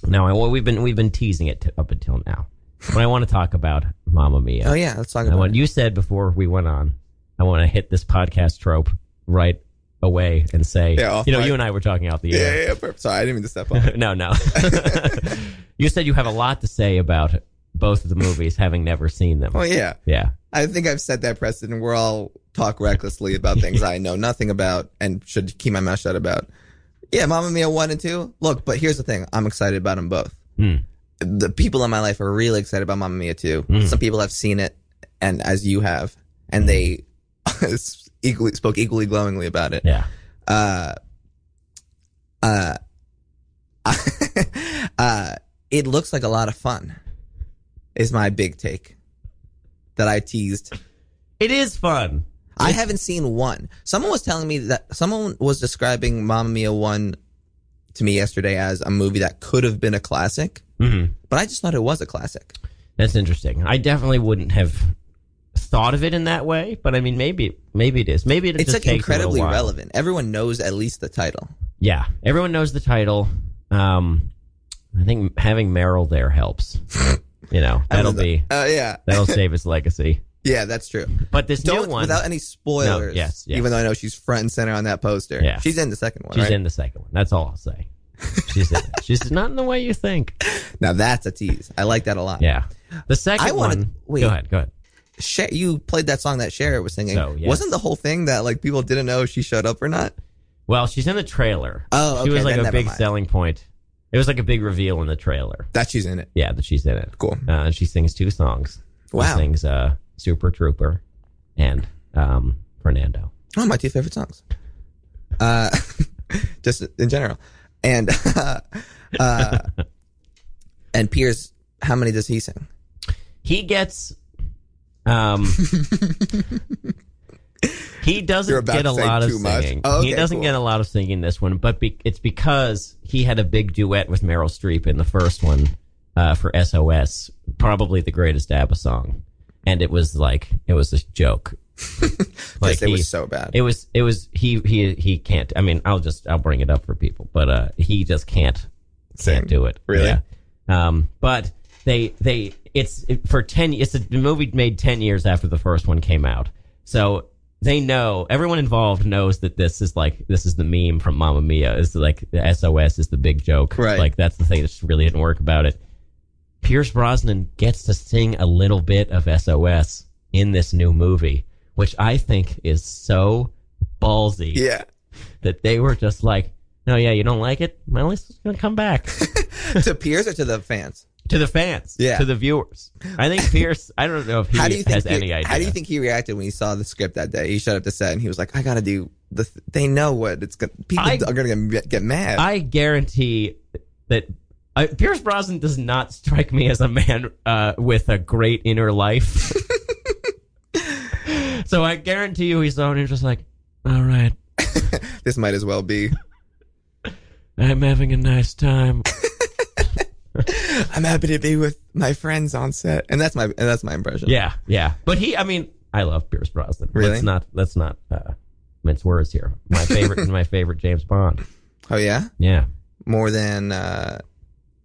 Now, I, well, we've been we've been teasing it t- up until now. But I want to talk about Mamma Mia.
oh yeah, let's talk
I
about.
want,
it.
you said before we went on, I want to hit this podcast trope right away and say,
Yeah, off
you know,
mic.
you and I were talking out the
Yeah,
air.
yeah, yeah, perfect. Sorry, I didn't mean to step on. it.
no, no. you said you have a lot to say about both of the movies, having never seen them.
Oh, yeah.
yeah.
I think I've said that, Preston. We're all talk recklessly about things I know nothing about and should keep my mouth shut about. Yeah, Mamma Mia one and two. Look, but here's the thing: I'm excited about them both.
Hmm.
The people in my life are really excited about Mamma Mia two.
Hmm.
Some people have seen it, and as you have, and they equally spoke equally glowingly about it.
Yeah.
Uh. Uh. uh. It looks like a lot of fun. Is my big take that I teased.
It is fun.
I haven't seen one. Someone was telling me that someone was describing Mamma Mia 1 to me yesterday as a movie that could have been a classic,
hmm
but I just thought it was a classic.
That's interesting. I definitely wouldn't have thought of it in that way, but I mean, maybe, maybe it is. Maybe it
It's
just
like
takes a little
incredibly
while.
relevant. Everyone knows at least the title.
Yeah, everyone knows the title. Um, I think having Meryl there helps. you know, that'll be
Oh yeah.
that'll save his legacy.
Yeah, that's true.
But this
Don't
new one,
without any spoilers.
No, yes, yes.
Even though I know she's front and center on that poster.
Yeah.
She's in the second one.
she's
right?
in the second one. That's all I'll say. She's in it. she's not in the way you think.
Now that's a tease. I like that a lot.
Yeah, the second
I wanted-
one.
wait.
Go ahead. Go ahead.
Cher, you played that song that Cher was singing.
So, yes.
Wasn't the whole thing that like people didn't know if she showed up or not?
Well, she's in the trailer.
Oh,
she
okay,
was like
then
a
never
big
mind.
selling point. It was like a big reveal in the trailer.
That she's in it.
Yeah, that she's in it.
Cool.
Uh, and she sings two songs.
Wow.
She sings uh, "Super Trooper" and um, "Fernando."
Oh, my two favorite songs. Uh, just in general, and uh, uh, and Piers, how many does he sing?
He gets. Um, he
You're
doesn't
about
get
to
a
say
lot of
too much.
singing.
Oh,
he
okay,
doesn't
cool.
get a lot of singing this one, but be- it's because he had a big duet with Meryl Streep in the first one uh, for SOS, probably the greatest ABBA song, and it was like it was a joke.
Yes, it was so bad.
It was. It was. He. He. He can't. I mean, I'll just. I'll bring it up for people, but uh, he just can't.
Sing.
Can't do it.
Really?
Yeah. Um, but they they it's it, for ten. It's a the movie made ten years after the first one came out, so they know everyone involved knows that this is like this is the meme from Mamma Mia. Is like the SOS is the big joke.
Right.
Like that's the thing that just really didn't work about it. Pierce Brosnan gets to sing a little bit of SOS in this new movie, which I think is so ballsy
Yeah,
that they were just like, "No, yeah, you don't like it. Well, it's gonna come back."
to Piers or to the fans?
to the fans,
Yeah.
to the viewers. I think Pierce. I don't know if he
How do you think?
has
he-
any idea.
How do you think he reacted when he saw the script that day? He showed up to set and he was like, "I gotta do the. Th- they know what it's gonna. People
I-
are gonna get, get mad.
I guarantee that I, Pierce Brosnan does not strike me as a man uh, with a great inner life. so I guarantee you, he's the one who's just like, "All right,
this might as well be.
I'm having a nice time."
I'm happy to be with my friends on set, and that's my and that's my impression.
Yeah, yeah. But he, I mean, I love Pierce Brosnan.
Really?
Let's not let's not uh, mince words here. My favorite, my favorite James Bond.
Oh yeah.
Yeah,
More than uh,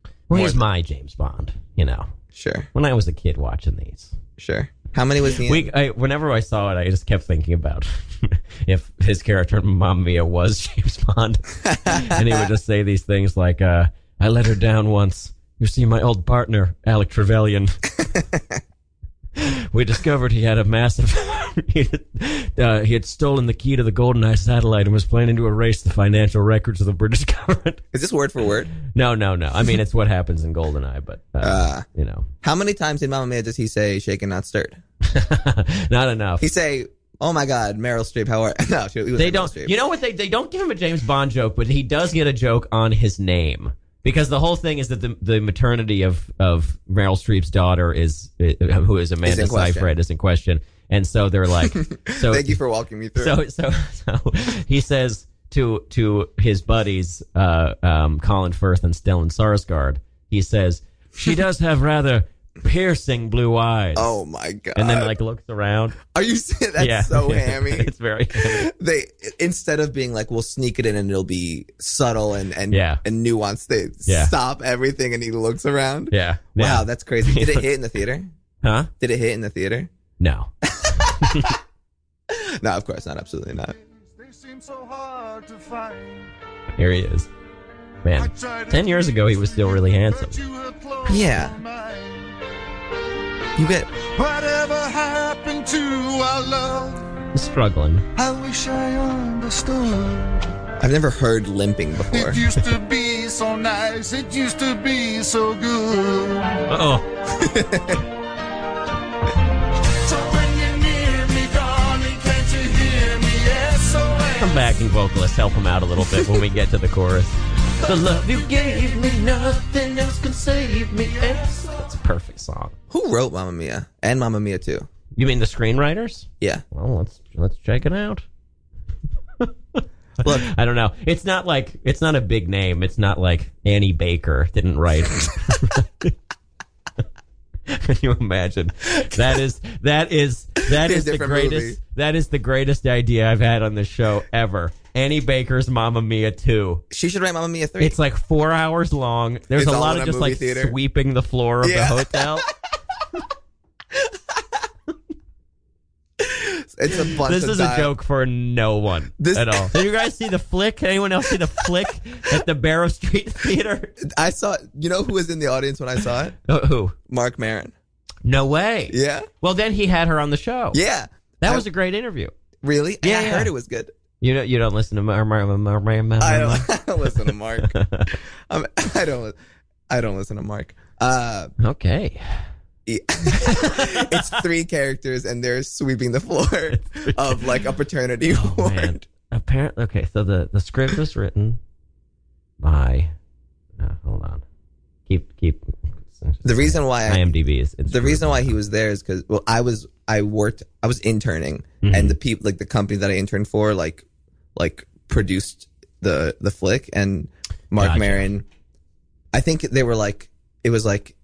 well,
More
he's
than-
my James Bond. You know,
sure,
when I was a kid watching these,
sure. How many was he? In?
we, I, whenever I saw it, I just kept thinking about if his character in Mamma Mia was James Bond, and he would just say these things like, uh, "I let her down once. You see, my old partner, Alec Trevelyan." we discovered he had a massive he, had, uh, he had stolen the key to the goldeneye satellite and was planning to erase the financial records of the british government
Is this word for word?
no no no i mean it's what happens in goldeneye but uh,
Ah.
you know
How many times in Mamma Mia does he say shaken not stirred?
not enough
He say, "Oh my God, Meryl Streep, how are?" No, she, he was
they
like,
don't
Meryl Streep.
you know what they, they don't give him a james bond joke but he does get a joke on his name because the whole thing is that the, the maternity of, of Meryl Streep's daughter is uh, who is Amanda
question.
Seyfried is in question, and so they're like, so
Thank you for walking me through.
so so so he says to to his buddies uh um colin firth and stellan sarsgaard he says she does have rather piercing blue eyes
oh my God!
and then like looks around
are you saying that's
yeah
so hammy?
it's very hammy.
they instead of being like, "We'll sneak it in and it'll be subtle and and
Yeah.
and nuanced," they
Yeah.
stop everything and he looks around.
yeah
Wow,
yeah.
that's crazy. Did it hit in the theater?
huh
Did it hit in the theater?
no
No, of course not. Absolutely not.
seems so hard to find.
Here he is. Man, 10 years ago, he was still really handsome.
Yeah. You get
Whatever happened to our love?
struggling.
I wish I understood.
I've never heard limping before.
It used to be so nice. It used to be so good.
Uh oh.
So when you're near me, darling, can't you hear me? Yes, so I
Come back and vocalist help him out a little bit when we get to the chorus. The love you gave me, nothing else can save me. It's a perfect song.
Who wrote Mamma Mia and Mamma Mia too?
You mean the screenwriters?
Yeah.
Well, let's let's check it out. Look, I don't know. It's not like it's not a big name. It's not like Annie Baker didn't write. Can you imagine? That is that is that
Be a
is the
different
greatest
movie.
that is the greatest idea I've had on this show ever. Annie Baker's Mamma Mia 2.
She should write Mamma Mia 3.
It's like 4 hours long. There's
It's
a
all
lot of
in a
just
movie
like
theater.
sweeping the floor of
Yeah.
the hotel.
It's a bunch
this
of
is
dial-
a joke for no one at all. Did you guys see the flick? Anyone else see the flick at the Barrow Street Theater?
I saw. You know who was in the audience when I saw it?
Uh, who?
Mark Maron.
No way.
Yeah.
Well, then he had her on the show.
Yeah.
That
I-
was a great interview.
Really? And
Yeah,
I
yeah. Uh-huh.
heard it was good.
You know, you don't listen to Mar- Mar- Mar- Mar- Mar- Mar- Mar-
I don't, I don't listen to Mark. I'm, I don't. I don't listen to Mark. Uh,
Okay.
yeah. it's three characters, and they're sweeping the floor of like a paternity ward.
Oh, Man, apparently, okay. So the the script was written by. Uh, hold on. Keep keep.
The reason why I-
IMDb is it's
the reason why he was there is because well, I was I worked I was interning,
Mm-hmm.
and the people like the company that I interned for like like produced the the flick, and Mark
Gotcha.
Maron. I think they were like it was like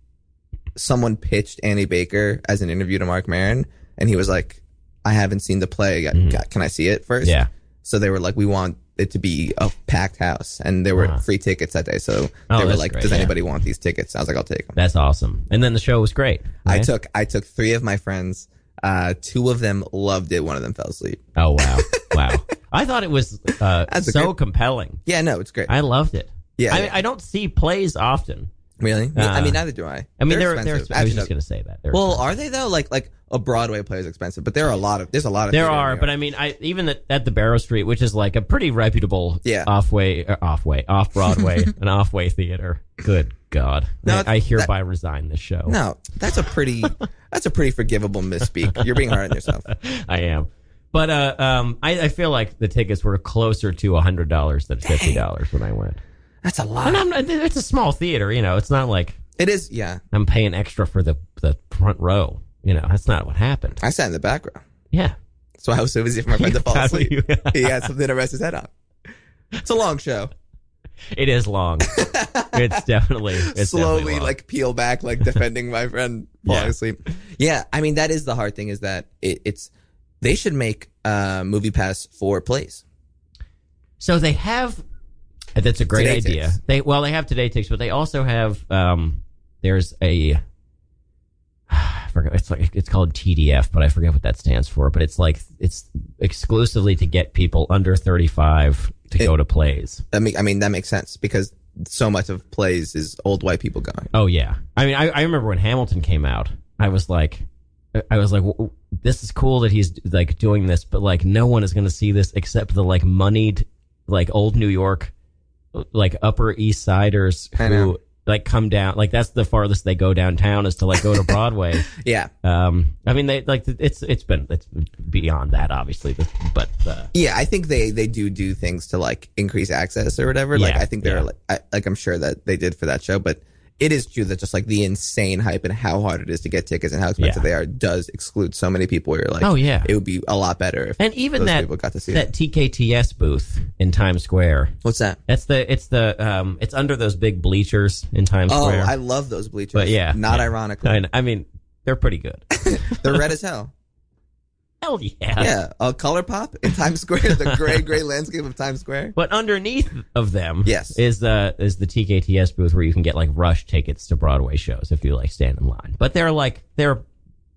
someone pitched Annie Baker as an interview to Mark Maron, and he was like, "I haven't seen the play. I- ca- Can I see it first?
Mm-hmm. Yeah.
So they were like, "We want." It to be a packed house, and there were
Wow.
free tickets that day. So
Uh-huh. Oh,
they were
that's
like,
great,
"Does
yeah.
anybody want these tickets?" I was like, "I'll take them."
That's awesome. And then the show was great.
I
right?
took I took three of my friends. Uh, two of them loved it. One of them fell asleep.
Oh wow, wow! I thought it was uh,
That's a
so
good-
compelling.
Yeah, no, it's great.
I loved it.
Yeah,
I,
yeah.
I don't see plays often.
really? Me- I mean,
Uh,
neither do I.
I mean, they're- they're- I was
Actually,
just gonna say that. They're
well,
expensive.
are they though? Like like a Broadway play is expensive, but there are a lot of there's a lot of
There
theater in
are,
New
but I
York.
mean, I even at, at the Barrow Street, which is like a pretty reputable
Yeah.
off-way, or off-way, off-Broadway, an off-way theater. Good God!
No,
I, I
it's-
hereby resign this show.
no, that's a pretty that's a pretty forgivable misspeak. You're being hard on yourself.
I am. But uh, um, I, I feel like the tickets were closer to hundred dollars than fifty dollars when I went.
That's a
And
lot.
I'm, it's a small theater, you know. It's not like
It is. Yeah,
I'm paying extra for the the front row. You know, that's not what happened.
I sat in the back row,
Yeah.
so I was so busy for my friend to fall
Probably
asleep. he had something to rest his head on. It's a long show.
It is long. it's definitely it's definitely
slowly
long.
like peel back, like defending my friend falling
Yeah.
asleep. Yeah, I mean that is the hard thing is that it, it's they should make uh movie pass for plays.
so they have. That's a great
Today
idea.
Takes.
They well they have today takes, but they also have um there's a I forget it's like it's called TDF, but I forget what that stands for. But it's like it's exclusively to get people under thirty five to
It-
go to plays.
That make, I mean that makes sense because so much of plays is old white people going.
Oh yeah, I mean, I, I remember when Hamilton came out, I was like, I was like, "W- this is cool that he's like doing this, but like no one is going to see this except the like moneyed, like old New York, like Upper East Siders
I
who
know.
like come down. Like that's the farthest they go downtown is to like go to Broadway.
Yeah,
Um, I mean, they like it's it's been it's beyond that obviously, but uh,
yeah. I think they they do do things to like increase access or whatever. Like
Yeah,
I think they're
yeah.
like I, like I'm sure that they did for that show, but. It is true that just like the insane hype and how hard it is to get tickets and how expensive
Yeah.
they are does exclude so many people. Where you're like,
Oh, yeah.
it would be a lot better if
and even
those
that
people got to see
that
it.
TKTS booth in Times Square.
What's that?
That's the it's the um it's under those big bleachers in Times
Oh,
Square.
I love those bleachers.
But yeah,
not
yeah.
ironically,
I, I mean, they're pretty good.
they're red as hell.
Hell yeah.
Yeah, a color pop in Times Square, the gray, gray landscape of Times Square.
But underneath of them,
Yes.
is the is the TKTS booth where you can get like rush tickets to Broadway shows if you like stand in line. But they're like they're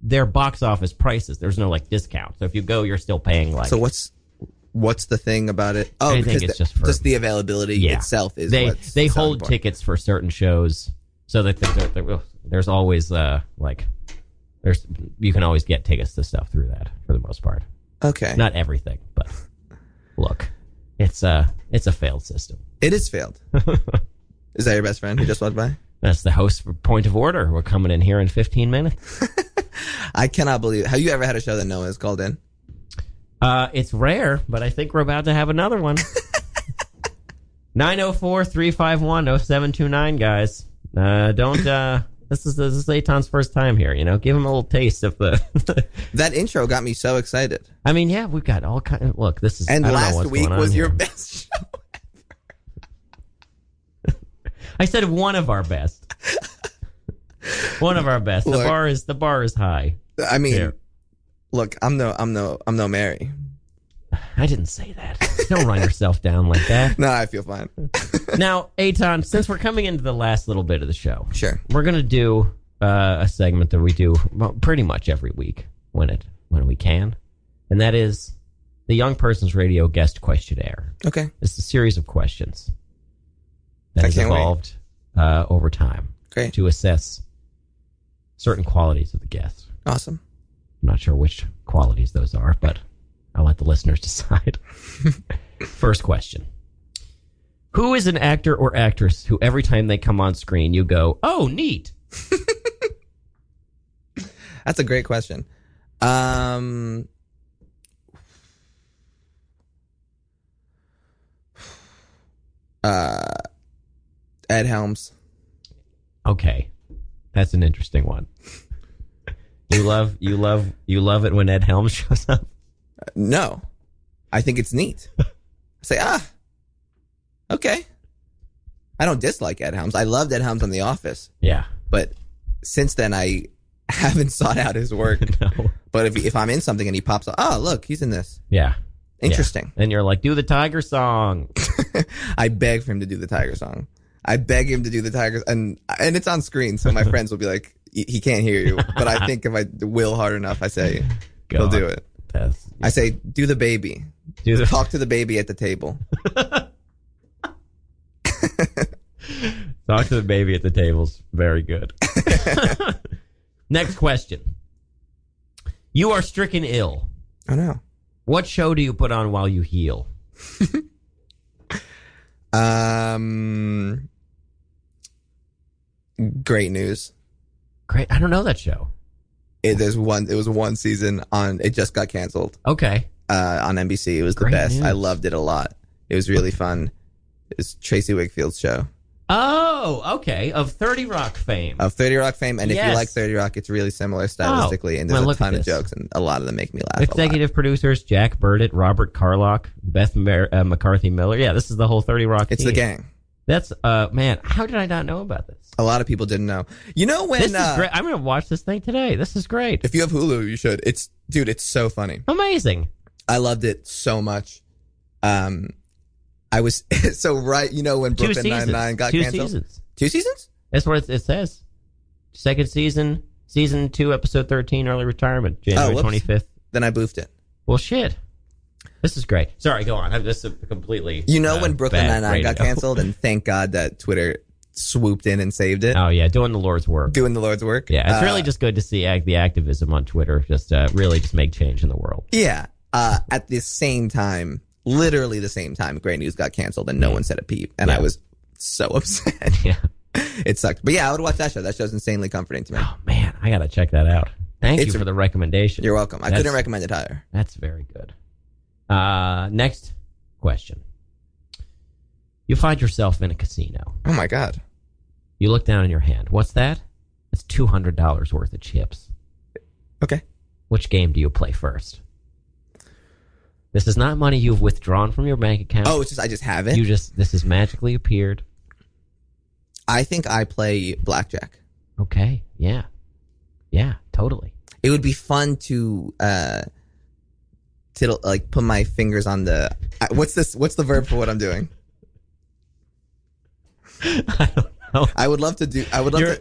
they're box office prices. There's no like discount. So if you go, you're still paying like
so what's what's the thing about it? Oh,
I think
because
it's
the,
just for-
the availability
Yeah.
itself is
they
what's
they
the selling
hold
point.
tickets for certain shows so that there's, there- there's always uh like there's you can always get tickets to stuff through that for the most part.
Okay.
Not everything, but look, it's a it's a failed system.
It is failed. is that your best friend who just walked by?
That's the host for Point of Order. We're coming in here in 15 minutes.
I cannot believe. Have you ever had a show that no one has called in?
Uh, it's rare, but I think we're about to have another one. 904-351-0729, guys. Uh, don't, uh, this is, this is Aton's first time here, you know, give him a little taste of the,
that intro got me so excited.
I mean, yeah, we've got all kind of, look, this is,
And
I don't know
last
what's
week
going on
was your
here.
best show.
I said one of our best. one of our best. the
Look.
bar is, the bar is high.
I mean,
Here.
look, I'm no, I'm no, I'm no Mary.
I didn't say that. Don't run yourself down like that.
No, I feel fine.
now, Aton, since we're coming into the last little bit of the show,
sure,
we're gonna do uh, a segment that we do well, pretty much every week when it when we can, and that is the Young Persons Radio Guest Questionnaire.
Okay.
it's a series of questions that
I
has
can't wait.
evolved uh, over time
Great.
to assess certain qualities of the guest.
Awesome.
I'm not sure which qualities those are, but I'll let the listeners decide. First question. Who is an actor or actress who every time they come on screen you go, "Oh, neat."
That's a great question. Um, uh, Ed Helms.
Okay. That's an interesting one. You love you love you love it when Ed Helms shows up.
No, I think it's neat. I say ah, okay. I don't dislike Ed Helms. I loved Ed Helms on The Office,
Yeah.
but since then I haven't sought out his work.
no.
But if if I'm in something and he pops up, oh look, he's in this.
Yeah.
Interesting.
And you're like, "Do the tiger song."
I beg for him to do the tiger song. I beg him to do the tiger, and and it's on screen, so my friends will be like, "He he can't hear you," but I think if I will hard enough, I say he'll
God.
do it.
That's-
I say, "Do the baby,
Do the-
talk to the baby at the table."
Talk to the baby at the tables. Very good. Next question. You are stricken ill.
Oh no.
What show do you put on while you heal?
Um, great news.
Great. I don't know that show.
It, there's one. It was one season on. It just got canceled.
Okay.
Uh, on NBC, it was
Great
the best. I
news.
loved it a lot. It was really fun. It was Tracy Wakefield's show.
Oh, okay. Of 30 Rock fame.
of 30 Rock fame. And if you
Yes. Oh,
like 30 Rock, it's really similar stylistically. and there's
well,
a
look at
ton
this.
of jokes, and a lot of them make me laugh. a lot.
Executive producers Jack Burdett, Robert Carlock, Beth Mer- uh, McCarthy Miller. Yeah, this is the whole 30 Rock
It's the
team.
gang.
That's, uh, man, how did I not know about this?
A lot of people didn't know. You know when.
this
uh,
is great. I'm going to watch this thing today. This is great.
If you have Hulu, you should. It's dude, it's so funny.
Amazing.
I loved it so much. Um, I was so right. You know when
Two
Brooklyn Nine Nine
seasons.
got
Two
canceled.
seasons.
Two seasons.
That's what it, it says. Second season, season two, episode 13, early retirement, January
Oh, whoops.
25th.
Then I boofed it.
Well, shit. This is great. Sorry, go on. I'm just uh, completely.
You know
uh,
when Brooklyn
bad
Nine Nine got
radio.
canceled, and thank God that Twitter swooped in and saved it,
Oh, yeah. Doing the Lord's work.
doing the Lord's work.
yeah. It's
Uh,
really just good to see act, the activism on Twitter just uh, really just make change in the world.
Yeah. Uh, at the same time, literally the same time, Great News got canceled and no one said a peep. And I was so upset.
Mm. Yeah.
it sucked. But yeah, I would watch that show. That show's insanely comforting to me.
Oh, Man, I got to check that out. Thank
It's
you
a-
for the recommendation.
You're welcome. I
That's-
couldn't recommend it higher.
That's very good. Uh, next question. You find yourself in a casino.
Oh my God.
You look down in your hand. What's that? It's two hundred dollars worth of chips.
Okay.
Which game do you play first? This is not money you've withdrawn from your bank account.
Oh, it's just, I just have it.
you just this has magically appeared.
I think I play blackjack.
Okay. Yeah. Yeah. Totally.
It would be fun to, uh, tiddle, like put my fingers on the, I- what's this, what's the verb for what I'm doing?
I don't know.
I would Oh, love to do, I would love
You're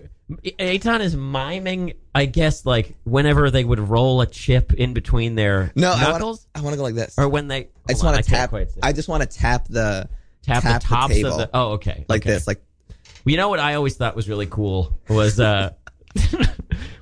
to,
Aton is miming, I guess, like whenever they would roll a chip in between their
No, I
knuckles,
want I want to go like this.
or when they
I just
hold on,
want to
I can't
tap.
quite see.
I just want to tap the
tap, the tops
table
of the. Oh, okay.
like
okay.
this, like
You know what I always thought was really cool was uh,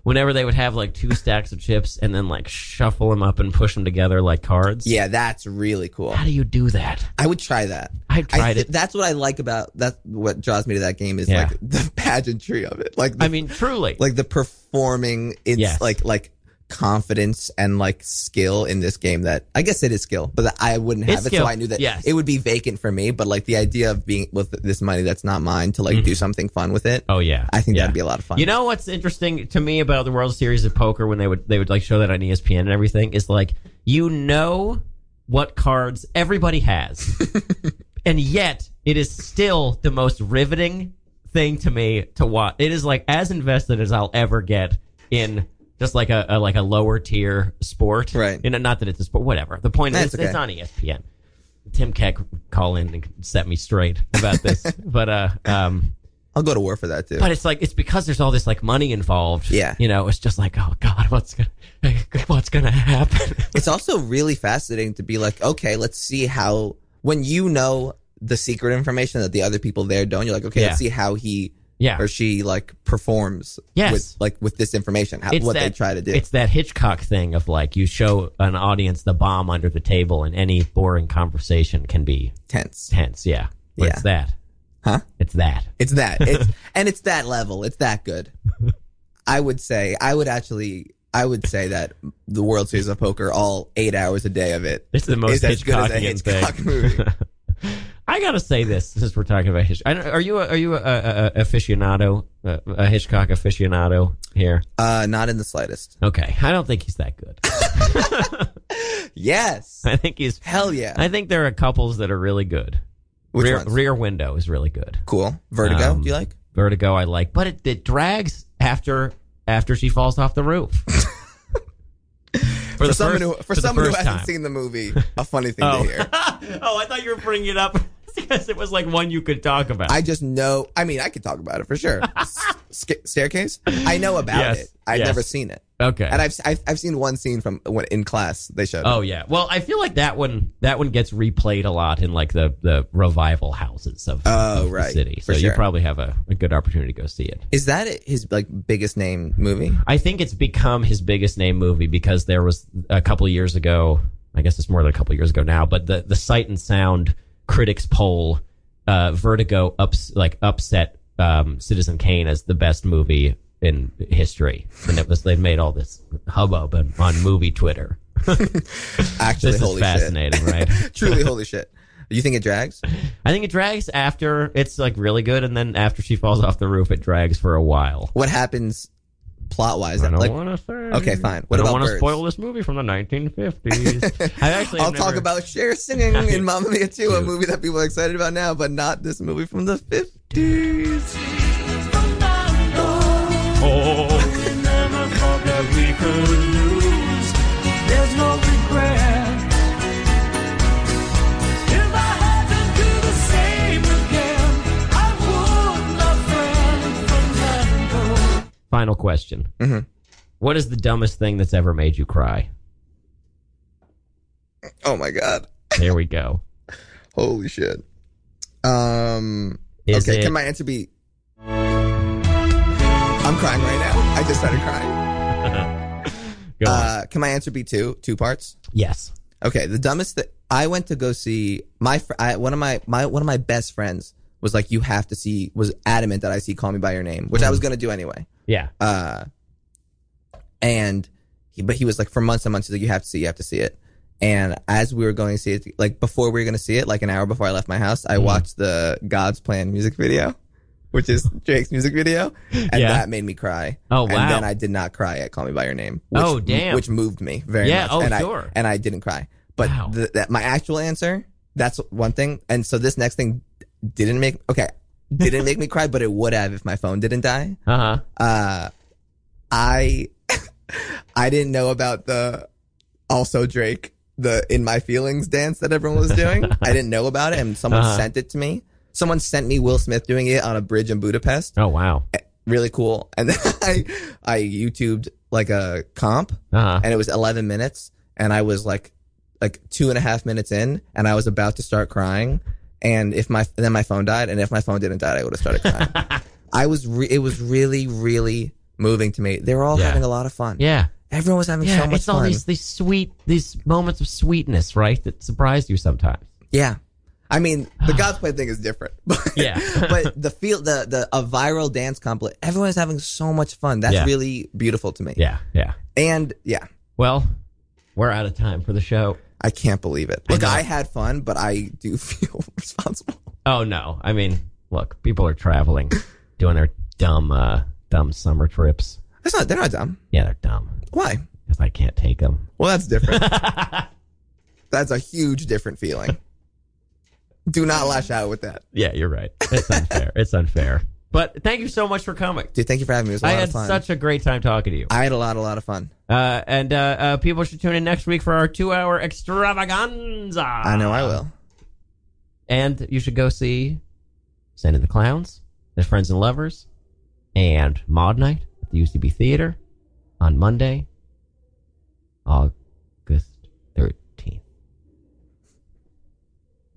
whenever they would have like two stacks of chips and then like shuffle them up and push them together like cards.
yeah, that's really cool. How
do you do that?
I would try that.
I tried
thi-
it.
That's what I like about that's what draws me to that game is
Yeah.
like the pageantry of it. Like the,
I mean, truly.
like the performing. It's
Yes.
like like confidence and like skill in this game that I guess it is skill, but that I wouldn't have
It's
it. So
skill,
I knew that
yes.
it would be vacant for me. But like the idea of being with this money that's not mine to like do something fun with it.
Mm-hmm. Oh yeah,
I think that'd be a lot of fun.
You know what's interesting to me about the World Series of Poker when they would they would like show that on E ESPN and everything is like you know what cards everybody has, and yet it is still the most riveting thing to me to watch. It is like as invested as I'll ever get in just like a, a like a lower tier sport, right? And not that it's a sport, whatever. The point is
That's okay.
it's on E ESPN. Tim Keck call in and set me straight about this, but uh, um,
I'll go to war for that too.
but it's like it's because there's all this like money involved.
Yeah.
you know, it's just like oh god, what's gonna what's gonna happen?
it's also really fascinating to be like, okay, let's see how when you know the secret information that the other people there don't, you're like, okay,
Yeah.
let's see how he
Yeah.
or she like performs
Yes.
with like with this information, how,
It's
what they
that-
try to do.
It's that Hitchcock thing of like you show an audience the bomb under the table, and any boring conversation can be
tense.
Tense, yeah. But It's that,
huh?
It's that.
It's that. It's and it's that level. It's that good. I would say I would actually I would say that the World Series of Poker, all eight hours a day of it,
It's the most
is as good as a
Hitchcockian
Hitchcock
thing.
movie.
I gotta say this since we're talking about Hitchcock. I don't- Are you a, are you a, a, a aficionado, a, a Hitchcock aficionado here?
Uh, not in the slightest.
Okay, I don't think he's that good.
Yes.
I think he's
hell yeah.
I think there are couples that are really good.
Which
rear,
ones?
rear Window is really good.
Cool. Vertigo,
Um,
do you like?
Vertigo, I like, but it, it drags after after she falls off the roof.
For,
the
someone
first-
who for,
the
someone who
first
hasn't
time.
seen the movie, a funny thing
Oh.
to hear.
oh, I thought you were bringing it up because it was like one you could talk about.
I just know. I mean, I could talk about it for sure. S- sca- staircase. I know about
Yes,
it. I've
yes.
never seen it.
Okay.
And I've, I've I've seen one scene from when in class they showed.
Oh
it.
yeah. Well, I feel like that one that one gets replayed a lot in like the the revival houses of,
Oh,
of the
right.
city. So
For
you
sure.
probably have a, a good opportunity to go see it.
Is that his like biggest name movie?
I think it's become his biggest name movie because there was a couple of years ago. I guess it's more than a couple of years ago now, but the the Sight and Sound critics poll, uh, Vertigo ups like upset um, Citizen Kane as the best movie in history, and it was they made all this hubbub on, on movie Twitter.
Actually,
this
holy
is fascinating,
shit.
right?
Truly, holy shit. You think it drags?
I think it drags after it's like really good, and then after she falls off the roof, it drags for a while.
What happens plot wise?
I don't
like,
want to say.
Okay, fine.
I
What
don't
about
wanna
birds?
spoil this movie from the 1950s. I actually
I'll
have
talk
never-
about Cher singing in Mamma Mia 2, a
Dude.
movie that people are excited about now, but not this movie from the 50s.
Oh. Never thought that we could lose. There's no regret. If I had to do the same again, I would, my friend Fernando.
Final question.
Mm-hmm.
What is the dumbest thing that's ever made you cry?
Oh my god.
There we go.
Holy shit. Um
Is
okay,
it-
can my answer be I'm crying right now. I just started crying.
Go on.
uh can my answer be two two parts?
Yes.
Okay, the dumbest that I went to go see my fr- I, one of my my one of my best friends was like you have to see was adamant that I see Call Me by Your Name, which I
Mm.
was going to do anyway.
Yeah.
Uh, and he, but he was like for months and months he's like you have to see it, you have to see it. And as we were going to see it, like before we were going to see it, like an hour before I left my house, I
Mhm.
watched the God's Plan music video, which is Drake's music video, and
Yeah.
that made me cry.
Oh, wow.
And then I did not cry at Call Me by Your Name. Which,
Oh, damn.
Which moved me very
Yeah,
much.
oh,
and
sure.
I, and I didn't cry. But
Wow.
th- that my actual answer, that's one thing. And so this next thing didn't make okay, didn't make me cry, but it would have if my phone didn't die.
Uh-huh.
Uh I I didn't know about the also Drake the in my feelings dance that everyone was doing. I didn't know about it and someone
Uh-huh.
sent it to me. Someone sent me Will Smith doing it on a bridge in Budapest.
Oh wow.
really cool. And then I I YouTubed like a comp,
Uh-huh.
and it was 11 minutes, and I was like like two and a half minutes in, and I was about to start crying, and if my then my phone died, and if my phone didn't die, I would have started crying. I was re- it was really really moving to me. They were all
Yeah.
having a lot of fun.
Yeah.
everyone was having
yeah,
so much
it's all
fun.
these these sweet these moments of sweetness, right? That surprised you sometimes.
Yeah. I mean, the God's Play thing is different. But,
Yeah.
but the feel, the, the, a viral dance complet, everyone's having so much fun. That's
Yeah.
really beautiful to me.
Yeah, yeah.
And yeah.
Well, we're out of time for the show.
I can't believe it. Look, I, had fun, but I do feel responsible.
Oh no! I mean, look, people are traveling, doing their dumb, uh, dumb summer trips.
That's not, they're not dumb.
Yeah, they're dumb.
Why?
Because I can't take them.
Well, that's different. that's a huge different feeling. Do not lash out with that.
Yeah, you're right. It's unfair. it's unfair. But thank you so much for coming.
Dude, thank you for having me. It was a
I
lot
had
of fun.
such a great time talking to you.
I had a lot, a lot of fun.
Uh, and uh, uh, people should tune in next week for our two-hour extravaganza. I
know I will.
And you should go see Sand and the Clowns, Their Friends and Lovers, and Mod Night at the UCB Theater on Monday, August 13th.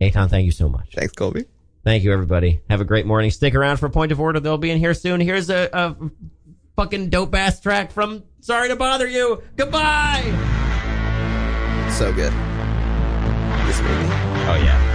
Aton, thank you so much.
Thanks, Colby.
Thank you, everybody. Have a great morning. Stick around for Point of Order. They'll be in here soon. Here's a, a fucking dope ass track from Sorry to Bother You. Goodbye.
So good. This made me.
Oh, yeah.